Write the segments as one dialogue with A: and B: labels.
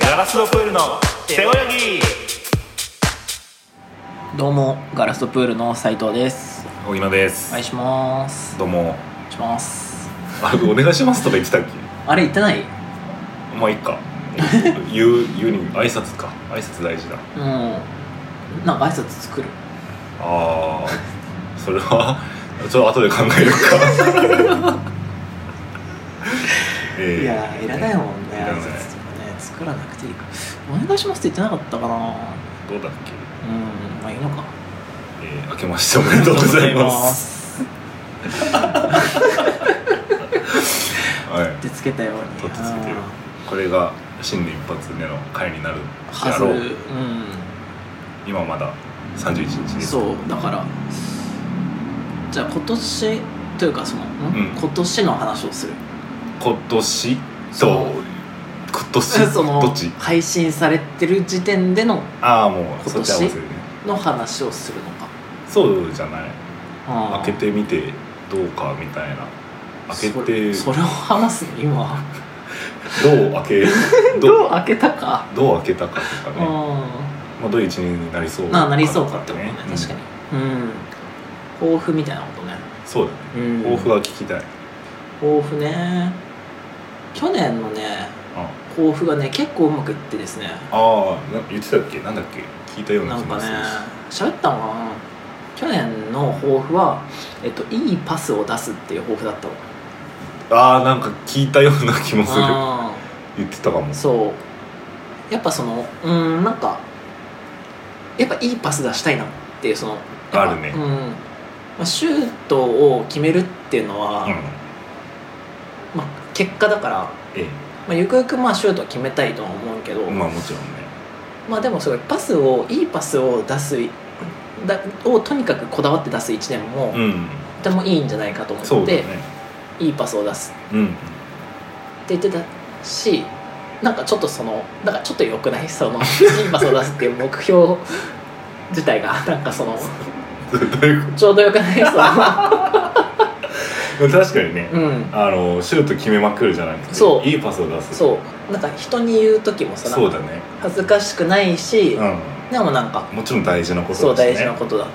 A: ガラスのプールの背泳ぎ
B: どうもガラストプールの斉藤です
A: 小木野で
B: お
A: す、
B: 願いします
A: どうも
B: お願いします
A: あお願いしますとか言ってたっけ
B: あれ言ってないうん
A: まあいいか言う言うに挨拶か挨拶大事だ
B: なんか挨拶作る
A: ああそれはちょっと後で考えるか えー
B: いやいらないもんね
A: いら
B: 挨
A: ない
B: 拶とかね作らなくていいからお願いしますって言ってなかったかな
A: どうだっけ、
B: うんまあいいの か
A: えー、明けましておめでとうございます
B: す
A: はい
B: 取ってつけたように
A: 取ってつけてる
B: うん
A: これが新年一発目の回になる
B: は
A: や
B: ず
A: ろ
B: う
A: うん今まだ31日です
B: そうだからじゃあ今年というかその、ん
A: うん
B: 今年の話をする
A: 今年
B: そ
A: と
B: の
A: 今年
B: その
A: どっち
B: 配信されてる時点での
A: ああもう
B: 年
A: そっち合わせるね
B: の話をするのか
A: そうじゃない
B: あー
A: 開けてみてどうかみたいな開けて
B: そそれを話すの今
A: どう開 け
B: ど
A: ど
B: う
A: う
B: 開けたか
A: どう開けたかとか
B: う
A: ね
B: ん、
A: まあ、どういう一年になりそう
B: ななりそうかってことね
A: と
B: 確か
A: うん
B: にうん抱負みたいなことね
A: そうだね
B: う
A: 抱
B: ん
A: 負は聞きたい
B: 抱負ね去年のね
A: あ
B: 抱負がね結構うまくいってですね
A: あーな言ってたっけなんだっけ聞いたような
B: なん
A: 気
B: か
A: が
B: ね
A: するし
B: 喋ったのかな去年の抱負は、えっと、いいパスを出すっていう抱負だったの
A: ああなんか聞いたような気もする
B: うん
A: 言ってたかも
B: そうやっぱそのうんなんかやっぱいいパス出したいなっていうそのやっぱ
A: あるね
B: うんまあ、シュートを決めるっていうのは、
A: うん
B: まあ、結果だから、ま
A: え
B: あ、ゆくゆくまあシュートは決めたいとは思うけど、
A: えまあもちろんね
B: まあでもすごいパスをいいパスを出すだをとにかくこだわって出す1年も、
A: うん
B: とてもいいんじゃないかと思
A: そう
B: っ
A: だ
B: て、
A: ね
B: いいパスを出す
A: うん
B: って言ってたしなんかちょっとそのなんかちょっと良くないそのインパスを出すっていう目標自体がなんかその
A: どういうこ
B: ちょうど良くないその
A: と確かにね、
B: うん
A: あのシュート決めまくるじゃなくて
B: そう
A: いいパスを出す
B: そうなんか人に言う時もさなん
A: そう
B: か
A: だね
B: 恥ずかしくないし、
A: う
B: でもなんか
A: んもちろん大事なことだしね
B: そう大事なことだっ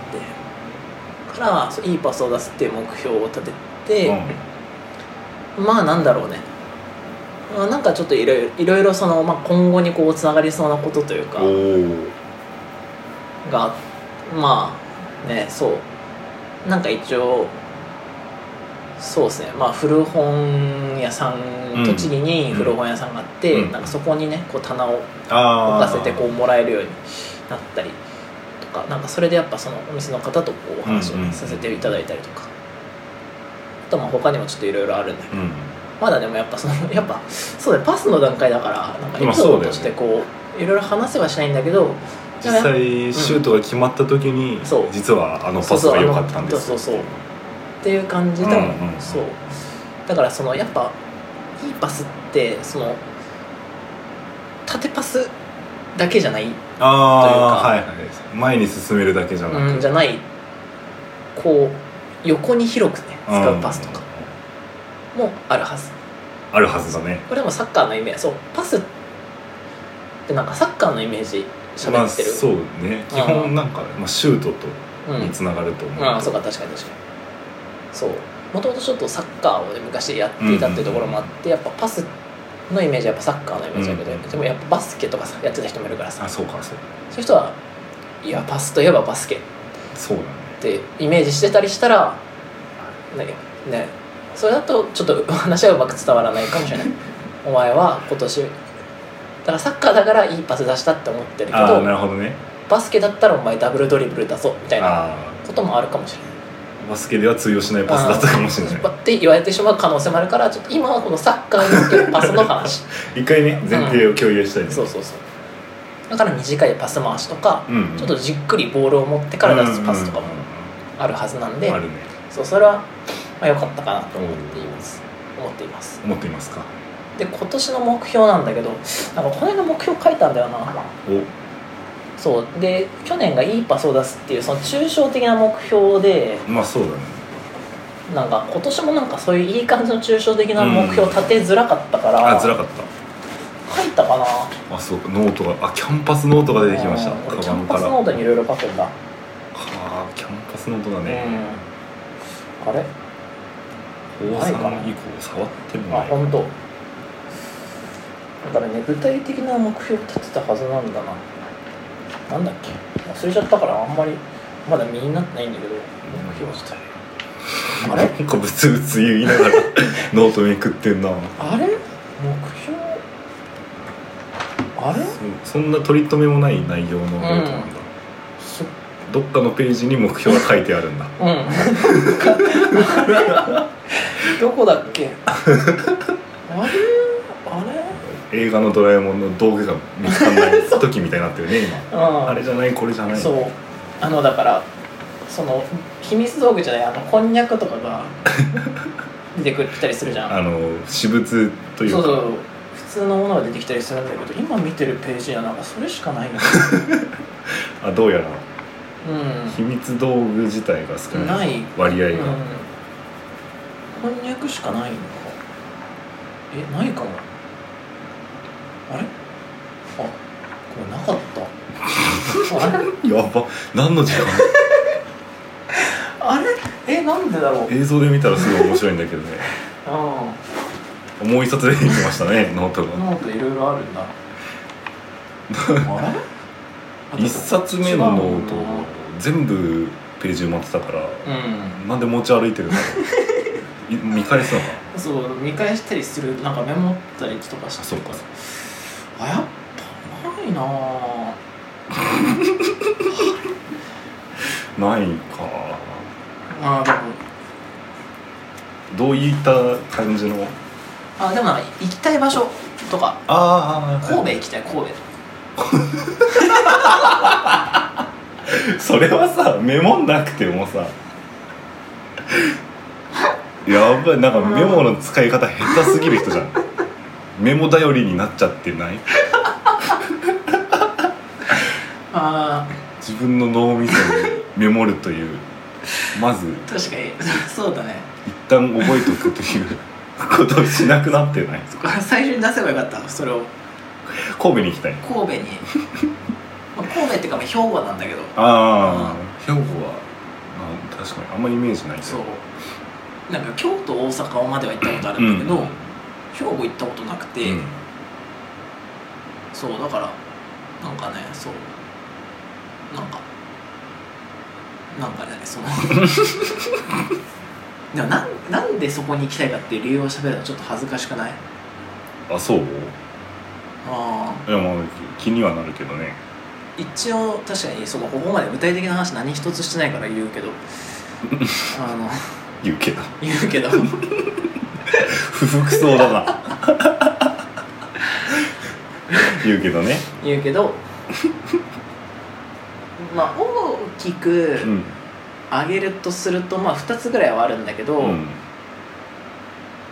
B: てからそういいパスを出すっていう目標を立てて、まあなんだろうねまあなんかちょっといろいろいろいろその、まあ、今後にこうつながりそうなことというか
A: うん、おお
B: がまあねそうなんか一応そうですねまあ古本屋さ
A: うん
B: ん栃木に古本屋さんがあって、
A: うん
B: なんかそこにねこう棚を置
A: あ
B: か
A: あ
B: せてこうもらえるようになったりとかなんかそれでやっぱそのお店の方とこうお話を
A: うんう
B: ね
A: ん
B: させていただいたりとか。あとまあ他にもちょっといろいろあるんだけど
A: うん
B: まだでもやっぱそのやっぱそうだよパスの段階だからなんかエピソードとしてこういろいろ話せはしないんだけど
A: 実際シュートが決まった時に、
B: そう
A: 実はあのパスが良かったんです
B: そうそうそうっていう感じで、
A: うんうん
B: そうだからそのやっぱいいパスってその縦パスだけじゃない、
A: ああ
B: と
A: はいいはい前に進めるだけじゃなくて、
B: うん、じゃないこう横に広くね使うパスとかもあるはず
A: あるはずだね
B: これもサッカーのイメージそうパスってなんかサッカーのイメージ
A: ま
B: 喋
A: あ
B: ってる、
A: そうね基本なんか、まあ、シュート
B: う
A: と
B: ん
A: につながると思う、
B: ああそうか確かに確かにそうもともとちょっとサッカーをね昔やっていたっていうところもあって、やっぱパスのイメージはやっぱサッカーのイメージだけど、
A: うん
B: でもやっぱバスケとかさやってた人もいるからさ
A: あそうかそう
B: そういう人はいやパスといえばバスケっ
A: そうだね
B: てイメージしてたりしたらねねそれだとちょっと話はうま く伝わらないかもしれないお前は今年だからサッカーだからいいパス出したって思ってるけ
A: ああな
B: ど
A: るほどね
B: バスケだったらお前ダブルドリブルだぞみたいな
A: ああ
B: こともあるかもしれない
A: バスケでは通用しないパスだったかも しれない
B: って言われてしまう可能性もあるからちょっと今はこのサッカーにおけるパスの話
A: 一回ね前提を共有したいね
B: そうそうそうだから短いパス回しとか、
A: うん
B: ちょっとじっくりボールを持ってから出すパスとかもあるはずなん
A: うんう
B: で、
A: んうんあるね
B: そうそれはまあ良かったかなと思っています思っています
A: 思っていますか
B: で今年の目標なんだけどなんかこの間目標書いたんだよな
A: お
B: そうで去年がいいパスを出すっていうその抽象的な目標で
A: まあそうだね
B: なんか今年もなんかそういういい感じの抽象的な目標立てづらかったから、
A: あ辛かった
B: 書書いたかな
A: あそうかノートがあキャンパスノートが出てきました
B: うん
A: カ
B: 俺
A: バ
B: キャン
A: ンか
B: パ
A: ら
B: スノートにいろいろ書くんだ、
A: はあキャンパスノートだね
B: うんあれ
A: 高
B: ないかな
A: 3以降触っても
B: あ
A: ない
B: 本当。だからね具体的な目標を立てたはずなんだななんだっけ忘れちゃったからあんまりまだ身になってないんだけど目標したあれ
A: なんかブツブツ言いながら ノートめくってんな
B: あれ目標あれ
A: そそんな取り留めもない内容のノートなんだ、
B: そ
A: どっかのページに目標が書いてあるんだ
B: うんどこだっけあれあ
A: 映画の「ドラえもん」の道具が見つかんない時みたいになってるね
B: れうん
A: 今あれじゃないこれじゃない
B: そうあのだからその秘密道具じゃないあのこんにゃくとか が出てくるきたりするじゃん
A: あの私物という
B: そ
A: か
B: うそう普通のものが出てきたりするんだけど今見てるページはなんかそれしか ないんだ
A: あどうやら
B: う
A: 秘密道具自体が少
B: ん
A: ない
B: ない、
A: 割合
B: うん
A: が、、
B: こんにゃくしかないのかえないかもあれあこれなかっ たあれ
A: やば何の時間
B: あれえなんでだろう
A: 映像で見たらすごい面白いんだけどね
B: うん
A: もう一冊出てきましたねノートが
B: ノートいろいろある んだ。あれ
A: 一冊目のノート全部ページ埋まってたから
B: うん。
A: なんで持ち歩いて るのい見返すのか
B: そう、見返したりする、なんかメモったりとかし
A: あ
B: て。
A: そうか
B: あ、やっぱないなぁ。
A: ないか
B: あー、でも、
A: どういった感じの
B: あ、でもなんか行きたい場所とか、
A: あ
B: 神戸行きたい、神戸。
A: それはさメモんなくてもさやばいなんかメモの使い方下手すぎる人じゃんメモ頼りになっちゃってない
B: あ
A: 自分の脳みそにメモるというまず
B: ー、確かに、 そうだね。
A: 一旦覚えとくということをしなくなってない
B: そこから最初に出せばよかった、それを。
A: 神戸に行きたい
B: 神戸 に。まあ、神戸っていうか、まあ兵庫なんだけど。
A: ああ兵庫はあ確かにあんまりイメージないけど
B: そう。なんか京都、大阪までは行ったことあるんだけど、兵庫行ったことなくて、
A: うん
B: そうだからなんかねそうなんかなんかねその でもなんなんでそこに行きたいかっていう理由を喋るのちょっと恥ずかしくない
A: あそう
B: あ
A: いやまあ気にはなるけどね
B: ー一応確かにそのここまで具体的な話何一つしてないから言うけど あの
A: 言うけど
B: 言うけど
A: 不服そうだな言うけどね
B: 言うけどまあ大き
A: う
B: く
A: ん、
B: 上げるとするとまあ2つぐらいはあるんだけど、
A: うん、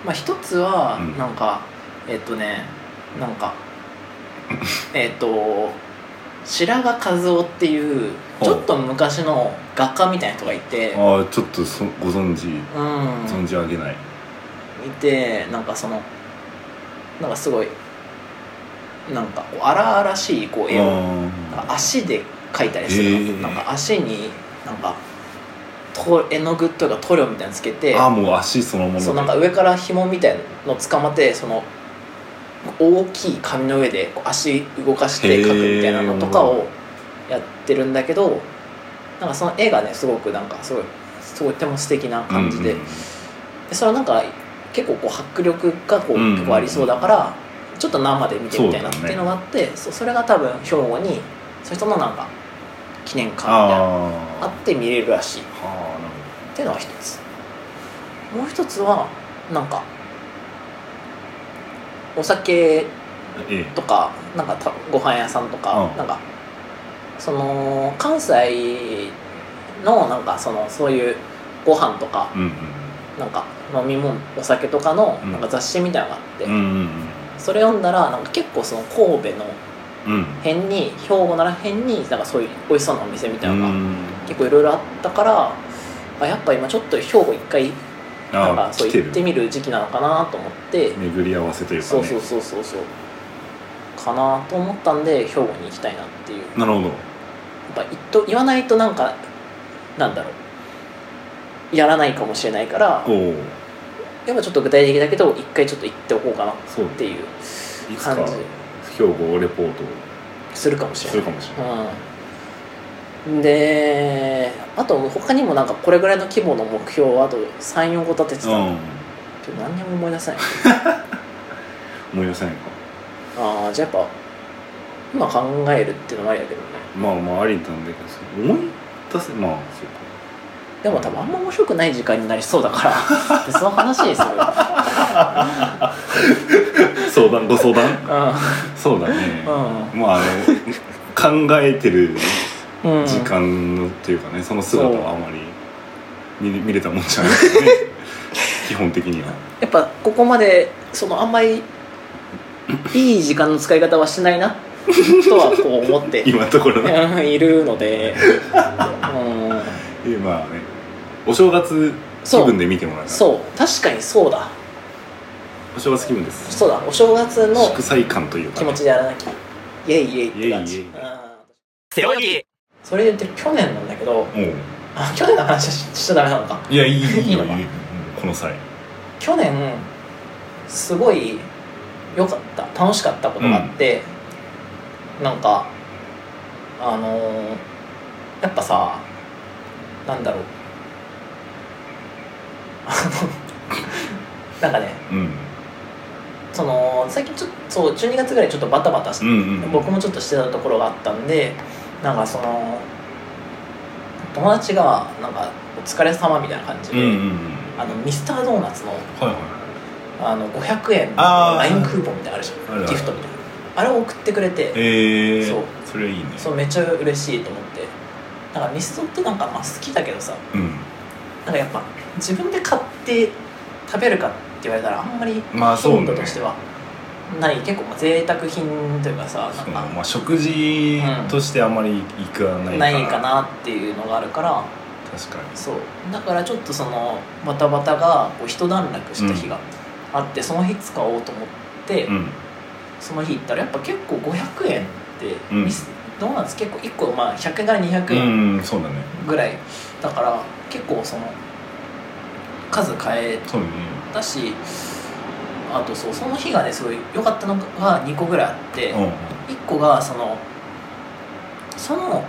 B: まあ、一つは
A: うん
B: なんか、えっとねなん かえっと白髪和夫っていう
A: ほう
B: ちょっと昔の画家みたいな人がいて
A: ああちょっとそご存知
B: う
A: 存
B: ん
A: じ上げない、
B: いてなんかそのなんかすごいなんかこう荒々しいこう絵を
A: ああ
B: 足で描いたりするの、
A: へえ
B: なんか足になんかと絵の具とか塗料みたいなのつけて
A: ああもう足そのもので
B: そうなんか上から紐みたいの捕まってその大きい紙の上でこう足動かして描くみたいなのとかをやってるんだけどなんかその絵がねすごくなんかすごいすごいとても素敵な感じで,、
A: うんうん
B: でそれはなんか結構こう迫力がこう
A: うんうんうん
B: 結構ありそうだから、ちょっと生で見てみたいなって
A: そうだね
B: いうのがあってそ,、それが多分兵庫にそういう人のなんか記念館みたいなの
A: あ
B: があって見れるらしい。
A: あはあなる
B: っていうのが一つもう一つはなんかお酒
A: ほどええ
B: とかなんかたご飯屋さんとか、
A: うん
B: なんかその関西のなんかそのそういうご飯とか
A: うん
B: なんか飲み物お酒とかの
A: うん
B: なんか雑誌みたいなのがあって、
A: うんうん
B: それ読んだらなんか結構その神戸の
A: うんうん
B: 辺に兵庫なら辺になんかそういう美味しそうなお店みたいなのが、
A: うん
B: 結構いろいろあったからあやっぱ今ちょっと兵庫一回なん
A: あ
B: か
A: あ
B: そう
A: 来て
B: 行って
A: る
B: みる時期なのかなと思って、
A: 巡り合わせというかね
B: そうそうそうそうそうかなと思ったんで兵庫に行きたいなっていうや
A: なるほど
B: っぱ言っと言わないとなんかなんだろうやらないかもしれないから
A: おお
B: やっぱちょっと具体的だけど一回ちょっと行っておこうかなっ
A: そう
B: ていう
A: いつか
B: 感じ
A: 兵庫レポート
B: するかもしれ
A: する
B: ない
A: かもしれない
B: うん、であと他にもなんかこれぐらいの規模の目標をあと34個立ててた、
A: うん
B: けど何にも思い出せない
A: 思い出せないか
B: ああじゃあやっぱ今考えるっていうのもありだけどね
A: まあまあありなんだけどそう思い出せまあそうか
B: でも多分あんま面白くない時間になりそうだから 別の話にする、
A: 相談ご相 談
B: う
A: そうだね
B: ん
A: まああの考えてる
B: うんうん、
A: 時間のっていうかねその姿はあまり見れ見れたもんじゃないから ね基本的には
B: やっぱここまでそのあんまりいい時間の使い方はしてないなとはこう 思って
A: 今のところね
B: うんいるので、うん、
A: まあねお正月気分で見てもらえたら
B: そう確かにそうだ
A: お正月気分です
B: そうだお正月の
A: 祝祭感というか
B: 気
A: ね
B: 持ちでやらなきゃイエイイエイって感
A: イエイ
B: じ
A: イエイ
B: うんそれで言って去年なんだけど
A: も
B: あ去年の話ししちゃダメなのか
A: ういやいいいいよ
B: いいのか
A: いいよこの際
B: 去年すごい良かった楽しかったことがあって、なんかあのーやっぱさなんだろう あのなんかね
A: うん
B: その最近ちょっとそう12月ぐらいちょっとバタバタして
A: うんうん
B: 僕もちょっとしてたところがあったんでなんかその友達がなんか「お疲れ様みたいな感じ
A: うん
B: で、
A: うんうん
B: あのミスタードーナツの
A: はいは
B: あの500円の
A: あー
B: LINE クーポンみたいなのあるじ
A: ある
B: ゃ
A: あ
B: ん
A: る
B: ギフトみたいなあれを送ってくれ
A: い
B: て
A: えー
B: そう
A: それはいいね
B: そうめっちゃ嬉しいと思ってなんかミスドってなんかまあ好きだけどさ
A: うん
B: なんかやっぱ自分で買って食べるかって言われたらあんまり
A: まあそう
B: 頻
A: ね
B: 度としてはない結構まあ贅沢品というかさなん
A: そう
B: か
A: まあ食事としてあんまり行かない
B: ないかなっていうのがあるから
A: 確か
B: そうだからちょっとそのバタバタがこう一段落した日があって、その日使おうと思って、
A: にうん
B: その日行ったらやっぱ結構500円って、
A: うん
B: ミスドーナツ結構1個、まあ、100円から200
A: う
B: 円
A: んうんそうだね
B: ぐらい、だから結構その数変え
A: そうね
B: たしあとそうその日がねすごい良かったのが2個ぐらいあって、
A: うん
B: 1個がそのその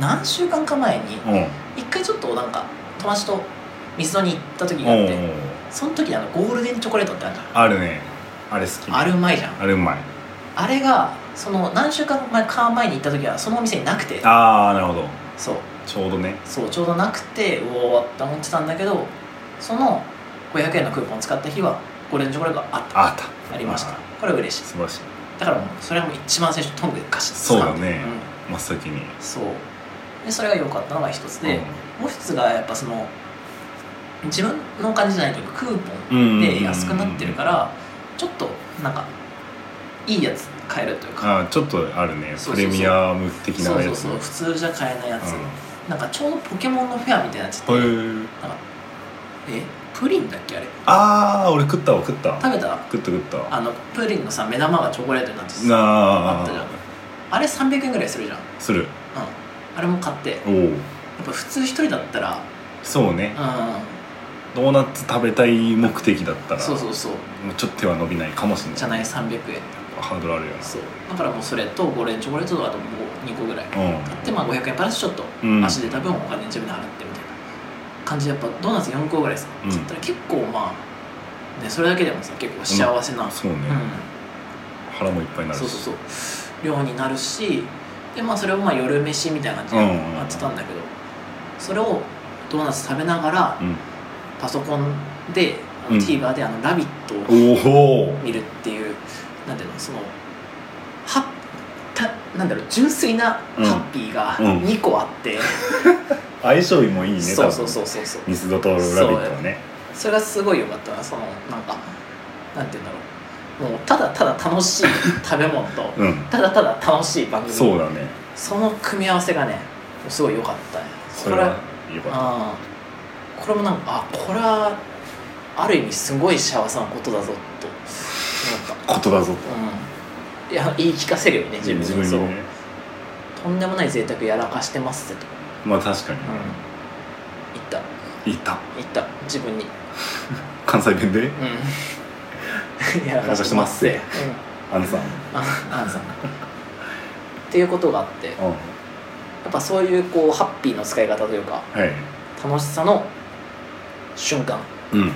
B: 何週間か前に
A: うん
B: 一回ちょっとなんか友達と水戸に行った時があ
A: う
B: っ
A: ん
B: て、その時にあのゴールデンチョコレートってあるじゃん
A: あるねあれ好き
B: あれうまいじゃん
A: あれうまい
B: あれがその何週間前か前に行った時はそのお店になくて
A: ああなるほど
B: そう
A: ちょうどね
B: そうちょうどなくてうおーって思ってたんだけどその500円のクーポン使った日はゴールデンチョコレートがあった
A: あった
B: ありました
A: あ
B: これは嬉しい
A: 素晴らしい
B: だからもうそれはもう一番最初トングでガシッと
A: そうだ
B: 掴んで
A: ね真っ先に
B: うんそうでそれが良かったのが一つで、もう一つがやっぱその自分のお金じゃないというかクーポンで安くなってるからちょっとなんかいいやつ買えるというか
A: あーちょっとあるね
B: そうそうそう
A: プレミアム的
B: そ
A: な
B: う
A: や
B: そう
A: つ
B: そううん普通じゃ買えないやつ、なんかちょうどポケモンのフェアみたいなやつって、
A: へー
B: えプリンだっけあれ
A: ああ俺食ったわ食った
B: 食べた
A: 食った食った
B: あのプリンのさ目玉がチョコレートになって
A: な
B: さあ
A: あ
B: ったじゃんあれ300円ぐらいするじゃん、うん、
A: する
B: あれも買ってやっ
A: おお
B: ぱ普通一人だったら
A: そうね
B: う
A: ドーナツ食べたい目的だった
B: ん
A: ら
B: そうそうそう
A: もうちょっと手は伸びないかもしれない
B: じゃない300円
A: ハードルあるよ
B: そうだからもうそれとゴールデンチョコレートとあともう2個ぐらい
A: なうん
B: でまあ500円プラスちょっと
A: うん
B: 足で多分お金自分で払ってみたいな感じでやっぱドーナツ4個ぐらいさ
A: うん
B: 買ったら結構まあねそれだけでもさ結構幸せな、うん
A: そうね腹もいっぱいになるし
B: そうそうそう量になるしでまあそれをまあ夜飯みたいな感じで
A: うん
B: やってたんだけどそれをドーナツ食べながら
A: うん
B: パソコンであ
A: う
B: の
A: ん
B: TVer であの「ラビット!」を
A: おお
B: 見るっていうなんていうのそのはたなんだろう純粋なハッピーが
A: うん
B: 2個あって、
A: 相性もいいね
B: そうそうそううそうそう
A: ミスドとラビットはね
B: それがすごい良かったなそのなんかなんていうんだろうもうただただ楽しい食べ物と
A: うん
B: ただただ楽しい番組
A: そうだね
B: その組み合わせがねすごい良かったね
A: それはよかっ
B: あーこれもなんかあこれはある意味すごい幸せなことだぞと思った
A: たことだぞ
B: うんいや言い聞かせるよね自分に
A: 自分
B: そう
A: にね
B: とんでもない贅沢やらかしてますぜと、
A: まあ確かに
B: 言った
A: 言った
B: 言った自分に
A: 関西弁で
B: うん やら
A: か
B: か
A: し
B: してて
A: ま
B: ますす
A: ぜ
B: ぜ、
A: あのさん
B: うん、ああんさんっていうことがあってや
A: うん
B: っぱそういうこうハッピーの使い方というか
A: はい
B: 楽しさの瞬間、うん、
A: うん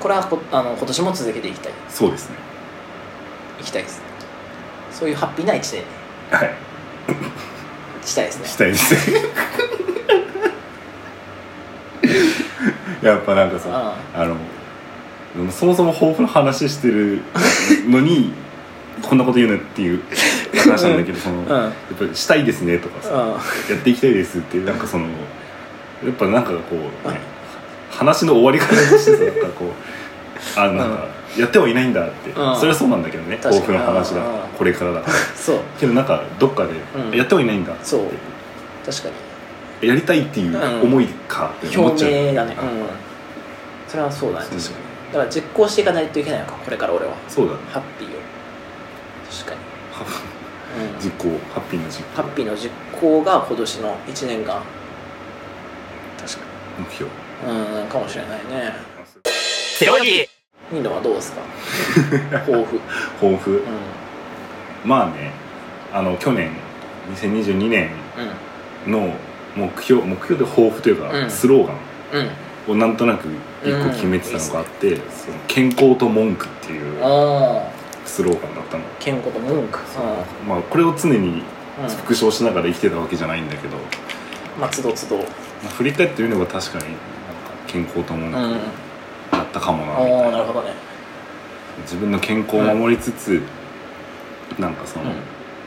B: これはこあの今年も続けていきたい
A: そうですね
B: いきたいですそういうハッピーな一年に
A: はい
B: したいですね
A: したいですねやっぱなんか
B: うん
A: さあのでもそもそも抱負の話してるのにこんなこと言うなっていう話なんだけどその、
B: う
A: やっ
B: ん
A: ぱりしたいですねとかさ、
B: うん
A: やっていきたいですってなんかそのやっぱなんかこう、ね
B: うん
A: 話の終わり方としてさなんかこうあなんか、やってはいないんだって、
B: うん
A: それはそうなんだけどね
B: 確か
A: 抱
B: に
A: 負の話だ
B: うん
A: これからだから
B: そう
A: けどなんかどっかで、
B: うん
A: やってはいないんだって
B: そう確かに
A: やりたいっていう思いかって思っちゃう、
B: 表明だね
A: う
B: うんそれはそうだね
A: そうそう
B: だから実行していかないといけないのかこれから俺は
A: そうだね
B: ハッピーを確かに、うん
A: 実行ハッピーな実行
B: ハッピーの実行が今年の1年間確か
A: 目標
B: にうんかもしれないね
C: 背泳ぎ
B: インドはどうですか抱負、う
A: 抱
B: ん、
A: 負、まあねあの去年2022年の目標目標で抱負というか、
B: うん
A: スローガン
B: うんうん
A: をなんとなく一個決めてたのがあって、その健康と文句っていう
B: ああ
A: スローガンだったの、
B: 健康と文句
A: まあ、これを常に
B: うんうん
A: 復唱しながら生きてたわけじゃないんだけど、ま
B: まあつどつどう
A: あ振り返ってみれば確かになんか健康と文
B: ん
A: 句だったかもなみたい
B: お
A: な,、
B: おなるほどね
A: 自分の健康を守りつつ、なんかその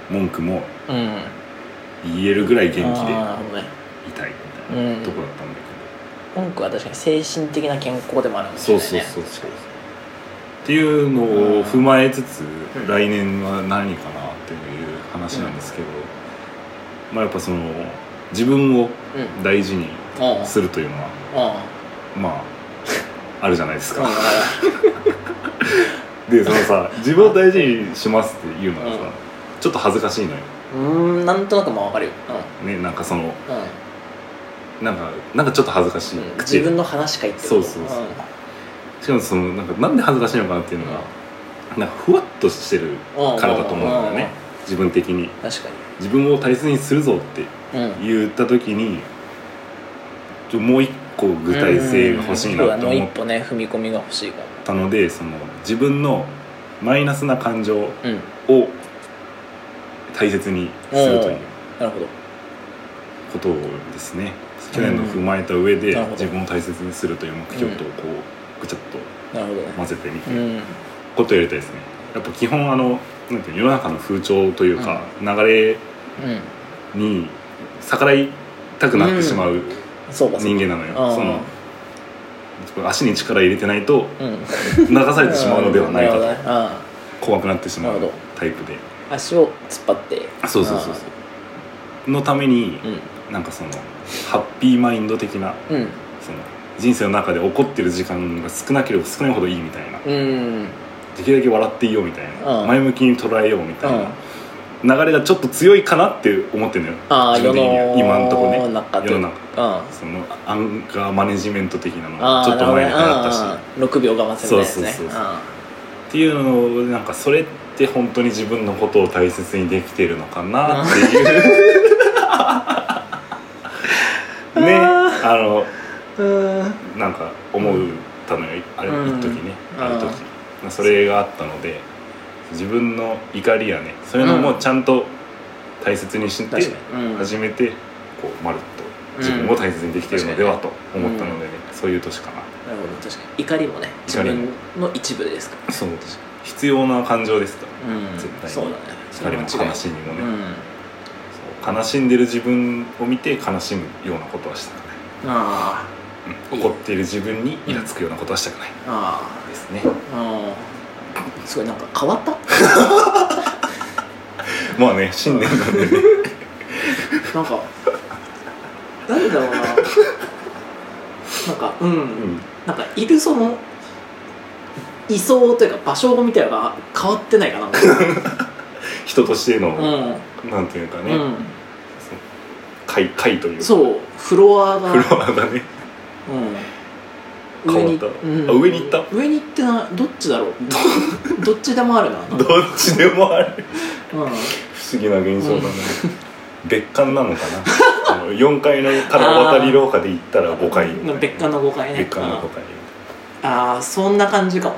A: 文句も
B: うんうん
A: 言えるぐらい元気でい
B: あーなるほどね
A: たいみたいな
B: うん
A: とこだったんだけど、
B: 文句は確かに精神的な健康でもあるんです
A: そ
B: よ
A: う
B: ね
A: そうそうそうっていうのを踏まえつつ、
B: ん
A: 来年は何かなっていう話なんですけど、まあやっぱその自分を
B: うん
A: 大事に
B: うんうん
A: するというのは、まああるじゃないですか、でそのさ自分を大事にしますっていうのはさ、
B: うん
A: ちょっと恥ずかしいのよ
B: うんうんなんとなくまあわかるよ
A: ねなんかその
B: うんうん
A: なんかなんかちょっと恥ずかしい、
B: うん自分の話しか言ってこと
A: そうそうそうしかもそのなんかなんで恥ずかしいのかなっていうのが、なんかふわっとしてる
B: うん
A: からだと思うんだよね、自分的に
B: うん確か
A: 自分を大切にするぞって
B: にうん
A: 言った時にちょもう一個具体性が欲しいなと
B: うん
A: 思
B: もう
A: っ
B: 一歩ね踏み込みが欲しいか
A: たのでその自分のマイナスな感情を
B: らうん
A: 大切にするという
B: なるほど
A: ことをですね去年の踏まえた上で
B: なるほど
A: 自分を大切にするという目標とこうぐちゃっと
B: なるほどね
A: 混ぜてみ
B: う
A: て
B: ん
A: ことをやりたいですねやっぱ基本あのなんていうの世の中の風潮というか流れ
B: うん
A: に逆らいたくなってしまう
B: そうかそう
A: 人
B: か
A: 間なのよ
B: あー
A: その足に力入れてないと
B: うん
A: 流されてしまうのではないか
B: うん
A: と
B: るほどね
A: 怖くなってしま
B: なる
A: う
B: ほ
A: タイプで
B: うん足を突っ張って
A: そうそうそうそうのために
B: うん
A: なんかそのハッピーマインド的な
B: うん
A: その人生の中で起こってる時間が少なければ少ないほどいいみたいな
B: うん
A: できるだけ笑っていようみたいな
B: うん
A: 前向きに捉えようみたいうな流れがちょっと強いかなって思ってるのよ
B: ああ
A: 自
B: 世
A: 分的には
B: の
A: 今んとこね
B: 中で
A: 世
B: う
A: の
B: ん
A: 中
B: あ
A: そのアンガーマネジメント的なのが
B: あ
A: ちょっと前に流行ったし
B: あ6秒我慢するみたいなやつ
A: そうそう
B: ね
A: そうっていうのをなんかそれって本当に自分のことを大切にできてるのかなっていう ね
B: あ
A: あの
B: うんうん
A: なんか思うたのよあれ
B: うん
A: 一時ね
B: うん
A: ある時それがあったので自分の怒りやねそういうのもちゃんと大切にして
B: 確かにうん
A: 初めてこうまるっと自分を大切にできてるのではと思ったのでねそういう年かな
B: なるほど確かに怒りもね自
A: 怒りも
B: 分の一部ですか
A: そう必要な感情ですから
B: らうん
A: 絶対に
B: そうだね
A: 怒りも悲しみもね、
B: うん
A: そう悲しんでる自分を見て悲しむようなことはしたく
B: あ
A: ない、
B: いい
A: 怒っている自分にイラつくようなことはしたくない
B: ああ
A: ですね、
B: あああすごいなんか変わった
A: まあね新年なんでね
B: なんかなんだろうななんかうん、
A: うん
B: なんかいるその位相というか場所みたいなのが変わってな いかな
A: 人としての、
B: うん、
A: なんていうかね、
B: うん、
A: その階階というか
B: そうフロアが
A: フロアがね
B: うん、上に
A: 変わった
B: うん
A: あ上に行った
B: 上に行ってなどっち だろうどっちでもあるな
A: どっちでもあれ
B: うん
A: 不思議な現象だね、別館なのかなあの4階のから渡り廊下で行ったら5階
B: 別館の5階ね
A: 別館の5階
B: ああそんな感じかも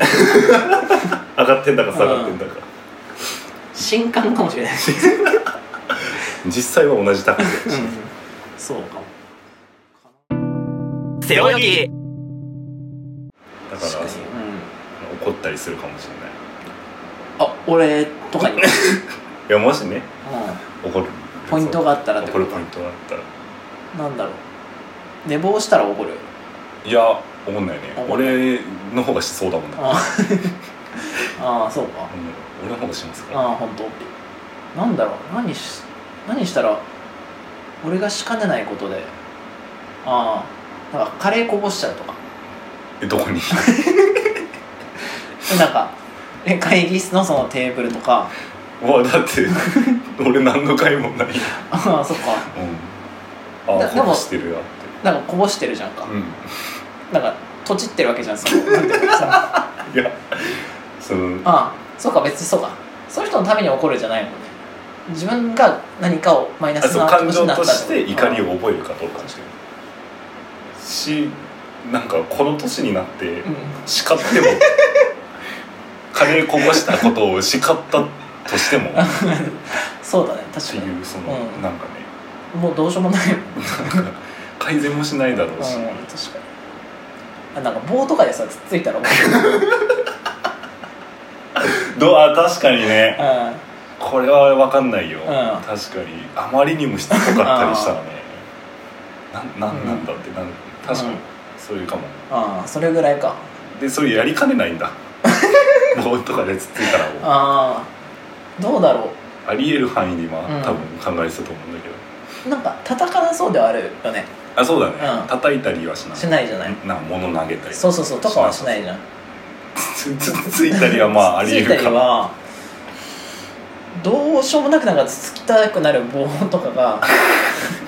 A: 上がってんだか下がってんだか
B: 新刊かもしれない、
A: 実際は同じ高さだし
B: うん、そうかも
C: 背泳ぎ
A: だ
B: 確
A: か
B: からに、うん、
A: 怒ったりするかもしれない
B: あ俺とかに、うん、
A: いやもしね怒る
B: ポイントがあったらって
A: 怒
B: こと
A: る
B: か
A: ポイントがあったら
B: なんだろう寝坊したら怒る
A: いや思んないね
B: 思んない
A: 俺の方がしそうだもんな、
B: あー あーそうか
A: うん、俺の方がしますから
B: ああ本当。なんだろう何し何したら俺がしかねないことでああなんかカレーこぼしちゃうとか
A: えどこに
B: なんかえ会議室のそのテーブルとか
A: うわだって俺何の回もない、うん、
B: ああそっか
A: あ
B: だ
A: あ
B: でも
A: ほらしてるやって
B: なんかこぼしてるじゃんか、
A: う
B: なんか閉じってるわけじゃんそのなんていうのそのあ
A: んいやその
B: あそうか別にそうかそういう人のために怒るじゃないもんね自分が何かをマイナ
A: あ
B: ス
A: そう
B: な気
A: 感
B: 持ちに
A: 情
B: なっ
A: と
B: たって
A: して怒り
B: を
A: を覚えるかどうかしてしなんかこの年になって
B: うん
A: 叱ってもカレーこぼしたことを叱ったとしてもっ
B: そうだね
A: て
B: 確か
A: いうその
B: うん
A: なんかね
B: にもうどうしようもないもん
A: 改善もしないだろうし
B: うん、確かにあなんか棒とかでさつっつ いたら怒る
A: どうあ確かにね
B: う
A: これは分かんないよ
B: ん
A: 確かにあまりにもしつこかったりしたらねなんなんなんだってなん確か
B: う
A: に
B: ん
A: そういうかも
B: んうんそれぐらいか
A: でそれやりかねないんだ 棒とかでつっついたらもう
B: ああどうだろ
A: ありえる範囲には
B: うん
A: 多分考えてたと思うんだけど、
B: うなんか叩かなそうではあるよね
A: あそうだね、
B: うん
A: 叩いたりはしない
B: しないじゃない
A: な物投げたり
B: そうそうそうとかはしないじゃん
A: つつつついたりはまあありえ
B: つっつい
A: る
B: た
A: か
B: り
A: ら
B: はどうしようもなくなんかつつきたくなる棒とか が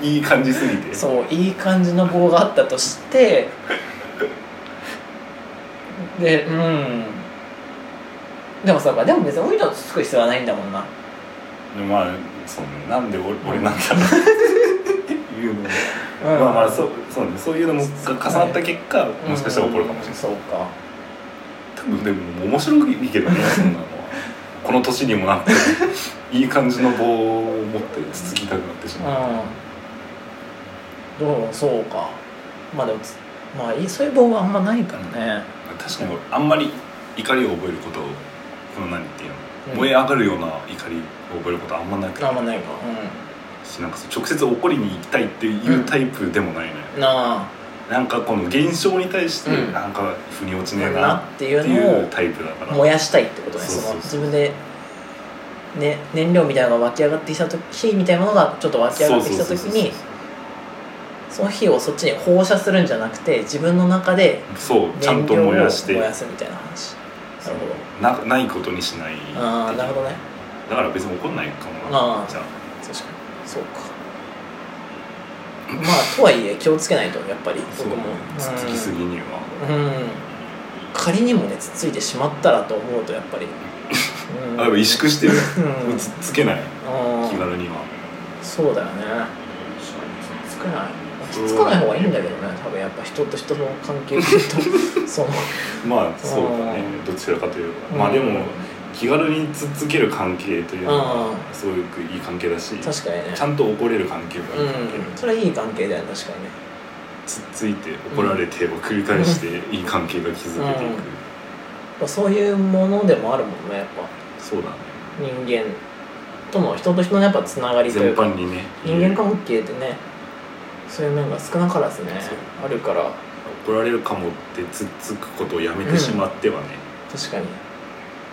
A: いい感じすぎて
B: そういい感じの棒があったとしてでうんでもそうかでも別に海のつつく必要はないんだもんな
A: まあそうねなんで俺俺なんだろ ういうのも
B: うん
A: まあまあそうそうねそういうのも重なった結果もしかしたら怒るかもしれない
B: そうか
A: 多分でも面白いけど ねそんなのはこの年にもなっていい感じの棒を持ってつつきたくなってしまう
B: うんどうそうかまあでもつまあいいそういう棒はあんまないからね
A: 確かに俺あんまり怒りを覚えることをこの何っていうの、
B: うん
A: 燃え上がるような怒りを覚えることはあんまなくて
B: あんまないか
A: しなんかそう直接怒りに行きたいっていうタイプでもないのよ、
B: うんなあ
A: なんかこの現象に対して
B: うん
A: なんか腑に落ちねえな
B: な
A: っ
B: って
A: て
B: いう
A: い
B: の
A: うタイプだか
B: を
A: ら
B: 燃やしたいってことね
A: そうそう
B: そ
A: そう
B: の自分でね燃料みたいなのが湧き上がってきた時火みたいなものがちょっと湧き上がってきた時にその火をそっちに放射するんじゃなくて自分の中で
A: そうちゃ
B: 燃
A: んと
B: 料を
A: 燃
B: 燃
A: やして
B: やすみたいな話なるほど
A: なないことにしない
B: ああなるほどね
A: だから別に怒んないかも
B: あ
A: な
B: ー
A: じゃあ
B: 確かにそう かまあとはいえ気をつけないとやっぱり
A: そう
B: 僕も
A: つっつきすぎには
B: うんうん仮にもねつっついてしまったらと思うとやっぱり、う ん、
A: あでも萎縮してる
B: うん
A: つっつけない
B: うん
A: 気軽には
B: そうだよねつつけないつつかない方がいいんだけどね多分やっぱ人と人の関係ってい うとその
A: まあそうだねどちらかというとまあでも気軽につっつける関係というのは
B: う
A: すごくいい関係だしち
B: 確かにね
A: ゃんと怒れる関係があ
B: う
A: る関係
B: んそれはいい関係だよね確かにね
A: つっついて怒られてを繰り返していい関係が築けていく
B: うんやっぱそういうものでもあるもんねやっぱ
A: そうだね
B: 人間との人と人のやっぱつながりとい
A: 全
B: うか
A: 般にね
B: 人間関係ってねそういう面が少なからずね
A: そう
B: あるから
A: 怒られるかもってつっつくことをやめてしまってはね
B: 確かに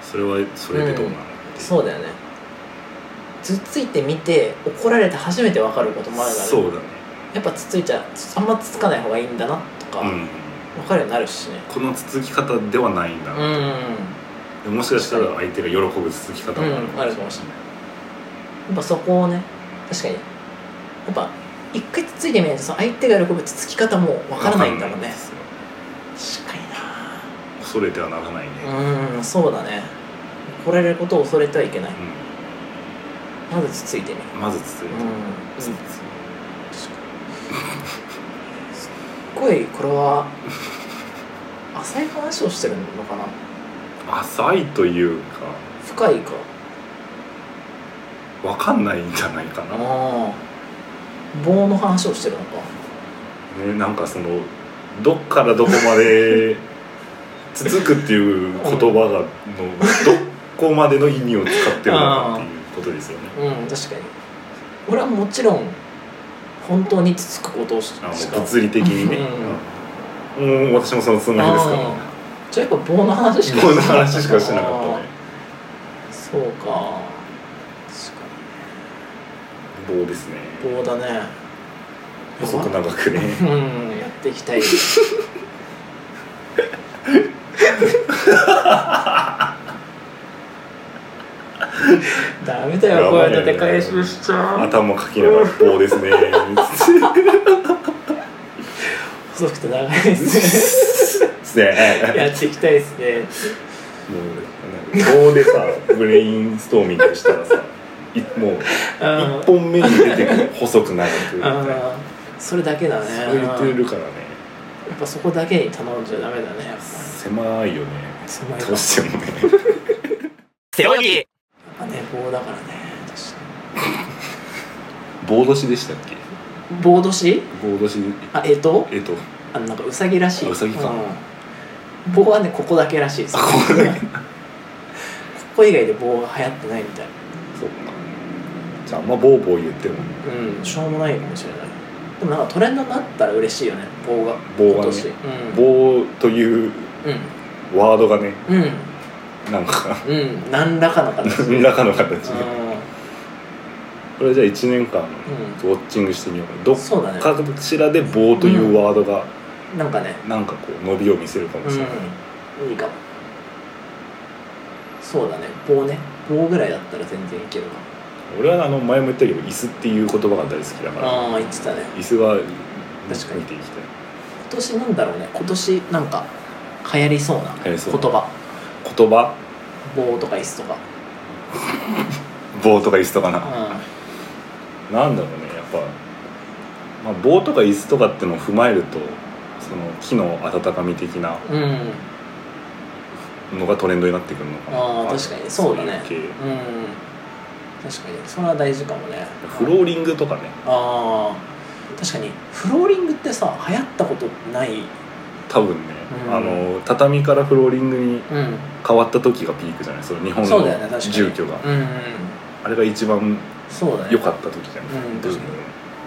A: それはそれでどうなの
B: そうだよねつっついてみて怒られて初めて分かることもあるから、
A: そ
B: ね、
A: うだね
B: やっぱつっついちゃあんまつつかない方がいいんだなと
A: う
B: か分
A: ん
B: かるようになるしね
A: このつつき方ではないんだ
B: う
A: な、
B: ん
A: でもしかしたら相手が喜ぶ続き方もある
B: うんあるかもしれないやっぱそこをね確かにやっぱ一回つついてみないとその相手が喜ぶつつき方もわからないんだもん
A: わか
B: ね
A: ですよ
B: 確か
A: 恐れてはならないね、
B: になうんそうだね怒られることを恐れてはいけないまずつついてみる
A: うんまずつつい て、
B: うん
A: つ
B: す
A: つ
B: っ
A: いて
B: ごいこれは浅い話をしてるのかな
A: 浅いというか
B: 深いか
A: わかんないんじゃないかな、
B: あー棒の話をしてるのか
A: ね、なんかそのどっからどこまでつつくっていう言葉がのどこまでの意味を使ってるのかっていうことですよね。
B: うん確かに俺はもちろん本当につつくことをし
A: あ
B: し
A: の
B: か
A: 物理的にね。うん、もう私もそのつもりですか
B: あーじゃあやっぱ棒の話し
A: ら。
B: か
A: この話しかしてなかっ たね。
B: あーそうか
A: 棒ですね。
B: 確かに棒だね
A: 細く長くね。
B: うんやっていき たいダメだよこうやって回収しちゃう
A: 頭かきながら棒です ね。
B: 細くて長いですね
A: ですね。
B: やっていきたいですね
A: もう棒でさブレインストーミングしたらさ、いもう。
B: うん
A: 一本目に出てくる細く長くみたいな
B: あーそれだけだね
A: そう言ってるからね
B: やっぱそこだけに頼んじゃダメだねやっ
A: 狭いよね
B: ぱ狭い
A: どう
B: や
A: してもね
C: 背泳ぎ
B: っぱね棒だからね
A: 棒年でしたっけ
B: 確かに棒年
A: 棒年
B: あえと
A: えっと
B: あのなんかウサギらしい
A: あウサギか
B: うん棒はねここだけらしいです
A: あここだけ
B: ここ以外で棒が流行ってないみたい
A: そうかじゃああんまボーボー言っても
B: うんしょうもないかもしれないでもなんかトレンドになったら嬉しいよね棒が
A: 棒がね
B: 今年うん
A: 棒というワードがね
B: うんうん
A: なんか
B: うん何らかの形で
A: 何らかの形
B: う
A: でこれじゃあ1年間
B: ん
A: ウォッチングしてみようかなど
B: うんそうだね
A: っかしらで棒というワードが
B: なんかね
A: なんかこう伸びを見せるかもしれない、
B: うんいいかもそうだね棒ね棒ぐらいだったら全然いけるわ
A: 俺はあの前も言ったけど椅子っていう言葉が大好きだから
B: ああ言ってたね
A: 椅子は
B: 確かに
A: 見ていきたい
B: 今年なんだろうね今年なんか流行りそうな
A: 流行
B: 言
A: りそうな
B: 葉
A: 言葉
B: 棒とか椅子とか
A: 棒とか椅子とかな、
B: う、
A: なんだろうねやっぱ、まあ、棒とか椅子とかってのを踏まえるとその木の温かみ的なん
B: うん、
A: のがトレンドになってくるのかな
B: ああ確かにそうだね
A: そういう系
B: うん確かにそれは大事かもね
A: フローリングとかね
B: ああ確かにフローリングってさ流行ったことない
A: 多分ね、
B: うん
A: あの畳からフローリングに
B: うん
A: 変わった時がピークじゃないその日本
B: そうだよね確か
A: の
B: に
A: 住居が、
B: うんうん
A: あれが一番
B: そうだね
A: 良かった時じゃない、
B: うん
A: ブームの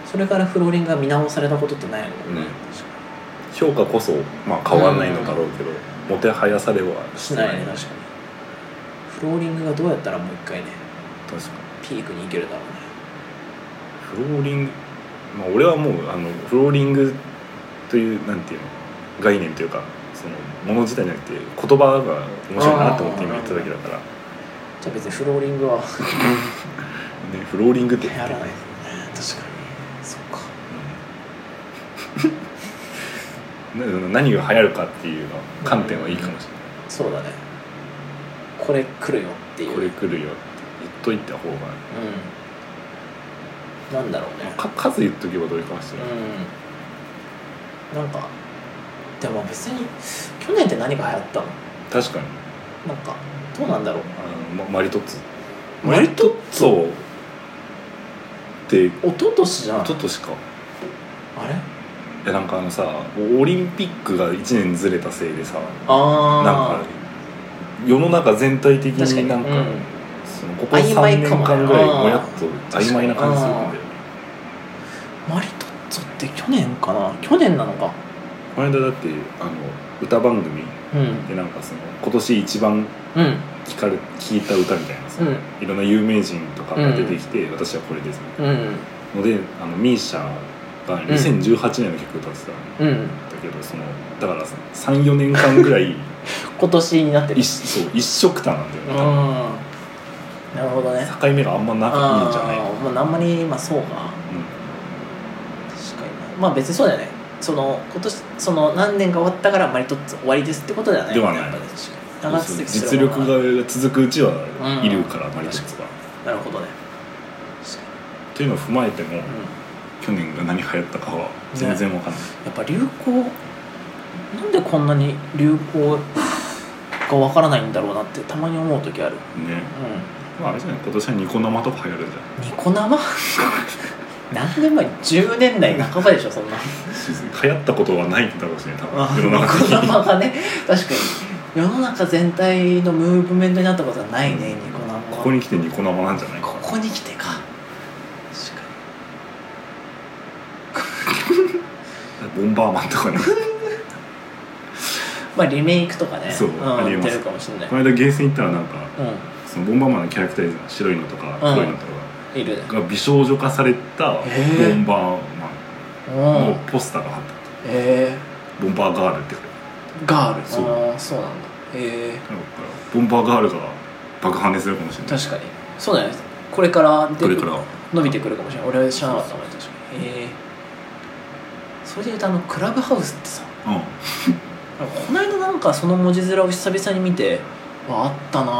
B: それからフローリングが見直されたことってないもんね、
A: うん評価こそ、まあ、変わらないのだろうけど、もてはやされは
B: しないね確かにフローリングがどうやったらもう一回ね
A: 確かに
B: ピークに行けるだろうね
A: フローリング、まあ、俺はもうあのフローリングというなんていうの概念というかそのもの自体じゃなくて言葉が面白いなと思って今言っただけだから、
B: じゃあ別にフローリングは
A: ね、フローリングって
B: 流
A: 言
B: 行
A: っ
B: ら
A: て
B: ないですね確かにそっか
A: うんな何が流行るかっていうのは観点はいいかもし
B: そうだねこれ来るよって
A: れ
B: い
A: な
B: う
A: い、これ来るよって言っといた方が、
B: うんなんだろうね
A: まあか数言っとけばどういうかもしれない、
B: うんなんかでも別に去年って何が流行ったの
A: 確かに
B: なんかどうなんだろう
A: あの、まマリトッツォ
B: マリトッツォ
A: マリトッツォって
B: 一昨年じゃん
A: 一昨年か
B: あれ
A: いやなんかあのさオリンピックが1年ずれたせいでさ
B: あ
A: なんか
B: あ
A: 世の中全体的
B: 確かに
A: になんか
B: うん
A: そのここ
B: 曖昧
A: 3年
B: かもね
A: 間ぐらい
B: あー
A: もやっと曖昧な感じするんだよね
B: マリトッツォって去年かな去年なのか
A: この間だってあの歌番組
B: うん
A: でなんかその今年一番
B: うん
A: 聞かれ聞いた歌みたいなさ、
B: うん
A: いろんな有名人とかが出てきて、私はこれですみたい
B: うん
A: なのであの MISIA が2018年の曲歌ってたん
B: うん
A: だけど、そのだから34年間ぐらい
B: 今年になってる
A: 一そう一色たなんだよ
B: う
A: ね
B: ん
A: 多
B: なるほどね
A: 分境目があんまなくいいんじゃない、
B: あーまああんまりまあそうか確かになまあ別にそうだよねその今年その何年か終わったからマリトッツォ終わりですってことではない
A: ではない
B: やっぱり
A: うん
B: 確かに長
A: そう
B: 続きす
A: 実
B: る
A: 力
B: もの
A: が続くうち
B: う
A: は
B: ん
A: いるから、マリシャツが。
B: なるほどね確か
A: というのを踏まえても、
B: に、うん
A: 去年が何流行ったかは全然わかんない、
B: やっぱ流行なんでこんなに流行がわからないんだろうなってたまに思う時ある、
A: ね
B: う
A: まああれじゃない今年はニコ生とか流行るじゃ
B: ん、ニコ生 何年前10年代半ばでしょそんな
A: ん流行ったことはないんだろうしね多
B: あ
A: 分世
B: ニ
A: の中
B: コ
A: に
B: 生がね確かに世の中全体のムーブメントになったことはない
A: う
B: ね、
A: ん
B: ニコ生は
A: ここに来てニコ生なんじゃないか
B: ここに来てか確か
A: ボンバーマンと かね
B: にまあリメイクとかね、
A: そうんありえます
B: 出るかもしれない
A: この間ゲーセン行ったらなんか
B: う
A: そのボンバーマンのキャラクターが白いのとか黒いのとか
B: んいるね
A: が美少女化されたボ
B: へー
A: ンバー
B: う
A: マンの
B: ん
A: ポスターが貼ってあっ
B: え
A: たボンバーガールって書いて
B: ー、ガール
A: そう
B: あーそうなんだえ
A: あるだ
B: えー
A: からボンバーガールが爆破ねするかもしれない
B: 確かにそうだねこれから出
A: これ
B: て
A: から
B: 伸びてくるかもしれない俺は知らなかったもん確かにええそれで言うとあのクラブハウスってさ
A: うん
B: この間なんかその文字面を久々に見てああった
A: あ
B: な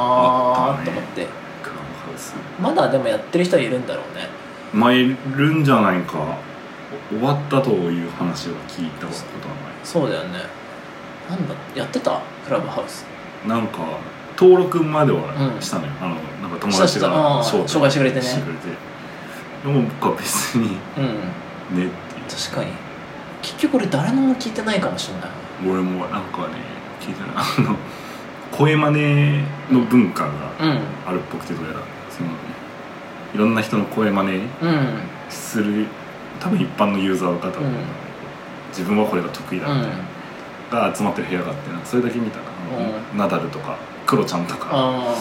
A: った
B: ーと
A: ね
B: 思って
A: クラブハウス
B: まだでもやってる人はいるんだろうね
A: まあいるんじゃないか終わったという話を聞いたことはない
B: そうだよねなんだやってたクラブハウス
A: なんか登録までは
B: うん
A: したのよ、あのなんか友達が
B: したしたうん
A: 招
B: 紹介してくれてね
A: してくれてでも僕は別に
B: うん
A: ねって
B: 確かに結局俺誰のも聞いてないかもしれない
A: 俺もなんかね聞いてないあの声真似の文化が
B: うん
A: あるっぽくてどうやらそのいろんな人の声真似
B: うん
A: する多分一般のユーザーの方も、
B: うん
A: 自分はこれが得意だ
B: う
A: みたい
B: ん
A: な、が集まってる部屋があってなんかそれだけ見たな、
B: う
A: ナダルとかクロちゃんとか
B: あ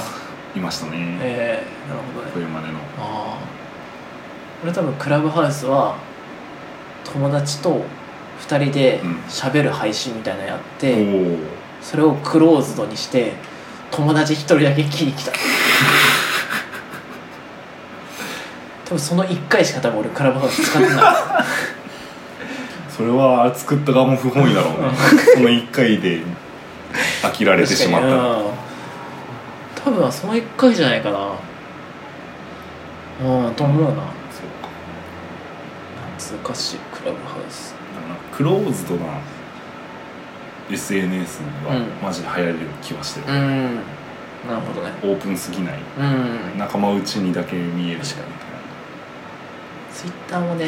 A: いました
B: あ
A: ね
B: ええなるほどね
A: こういう真似の
B: ああ俺多分クラブハウスは友達と2人で
A: うん
B: 喋る配信みたいなのやって、
A: おお
B: それをクローズドにして友達1人だけ聞きに来た 多分その1回しか多分俺クラブハウス使って な
A: それは作った側も不本意だろうねその1回で飽きら
B: い
A: れてしまったら
B: うん多分その1回じゃないかなうんと思うな
A: そうか
B: 懐かしいクラブハウス
A: だからクローズドな SNS に
B: うん
A: はマジで流行れる気はしてる
B: う、んなるほどね
A: オープンすぎない
B: うん
A: 仲間内にだけ見えるしか
B: ツイッターもね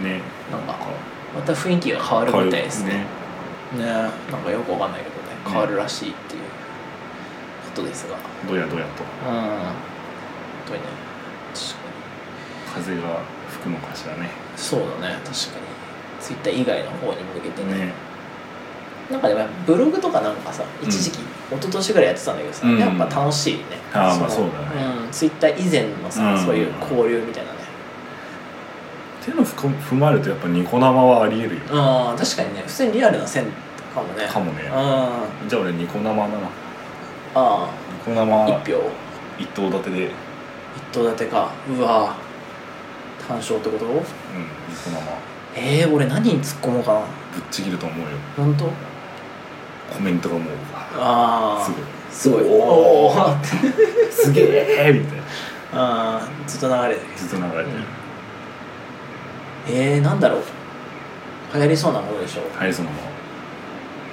A: ね
B: なん
A: なん
B: か
A: か
B: また雰囲気が変わるみたいですね
A: ね
B: ねなんかよくわかんないけどね変わるらしいっていうことですがうん
A: どやどやと
B: 本当にね確か
A: 風が吹くのかしらね
B: にそうだね確かにツイッター以外の方に向けてね
A: ね
B: なんかでもやっぱブログとかなんかさ
A: うん
B: 一時期、一昨年ぐらいやってたんだけどさ、
A: うん
B: やっぱ楽しいね
A: あー
B: の
A: まあそうだ
B: うん、ツイッター以前のさ、
A: うん
B: そういう交流みたいなね
A: 手の踏踏まえるとやっぱニコ生はありえるよ
B: あー確かにね普通にリアルな線かもね
A: かもね
B: うんあ
A: じゃあ俺ニコ生だなニ
B: あ
A: コ
B: 1
A: 生
B: 票
A: 一頭立てでうんニ
B: 一戸建てかうわ単勝ってこと
A: コ生
B: えー、俺何に突っ込もうかな
A: ぶっちぎると思うよ
B: 本当
A: コメントがもう
B: ああ
A: すごい
B: すごい
A: お
B: お
A: ー
B: ーって
A: すげえみたいな
B: ああずっと流れて
A: ずっと流れてる
B: えー、なんだろう流行りそうなものでしょ
A: はいその ま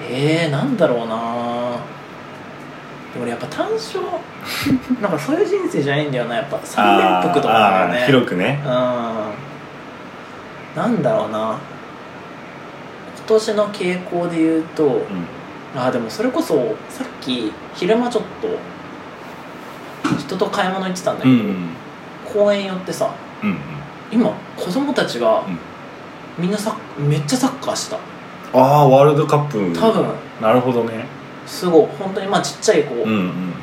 B: えー、なんだろうなでも俺やっぱ単 勝なんかそういう人生じゃないんだよなやっぱ三連
A: あ
B: 服とかだ
A: ーあ
B: よ
A: ー
B: ね
A: 広くね
B: うんなんだろうな今年の傾向で言うと、
A: うん
B: あーでもそれこそさっき昼間ちょっと人と買い物行ってたんだけ
A: う
B: ど、
A: んうん
B: 公園寄ってさ
A: うんうん
B: 今子供たちが、
A: うん
B: みんなサッめっちゃサッカーした
A: ああワールドカップ
B: 多分
A: なるほどね
B: すごい本当にまあちっちゃい子
A: うんうん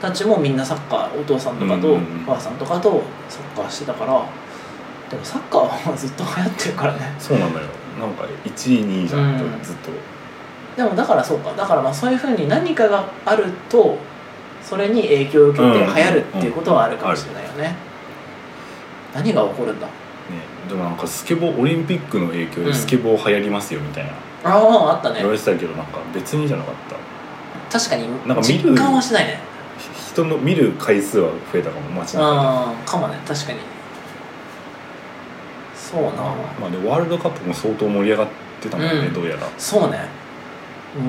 B: たちもみんなサッカーお父さんとかと
A: うん
B: お
A: うんうん
B: 母さんとかとサッカーしてたからでもサッカーはずっと流行ってるからね
A: そうなんだよなんか1位2位じゃん
B: うん
A: ずっと
B: でもだからそうかだからまあそういうふうに何かがあるとそれに影響を受けて流
A: うん
B: 行るっていうことはあるかもしれないよね、何が起こるんだ
A: でもなんかスケボーオリンピックの影響
B: うん
A: でスケボー流行りますよみたいな、
B: あああったね
A: 言われてたけどなんか別にじゃなかった
B: 確かに
A: なんか見る
B: 実感はしないね
A: ひ人の見る回数は増えたかも街中で
B: ああかもね確かにそうな
A: まあでワールドカップも相当盛り上がってたもんね、
B: うん
A: どうやら
B: そうね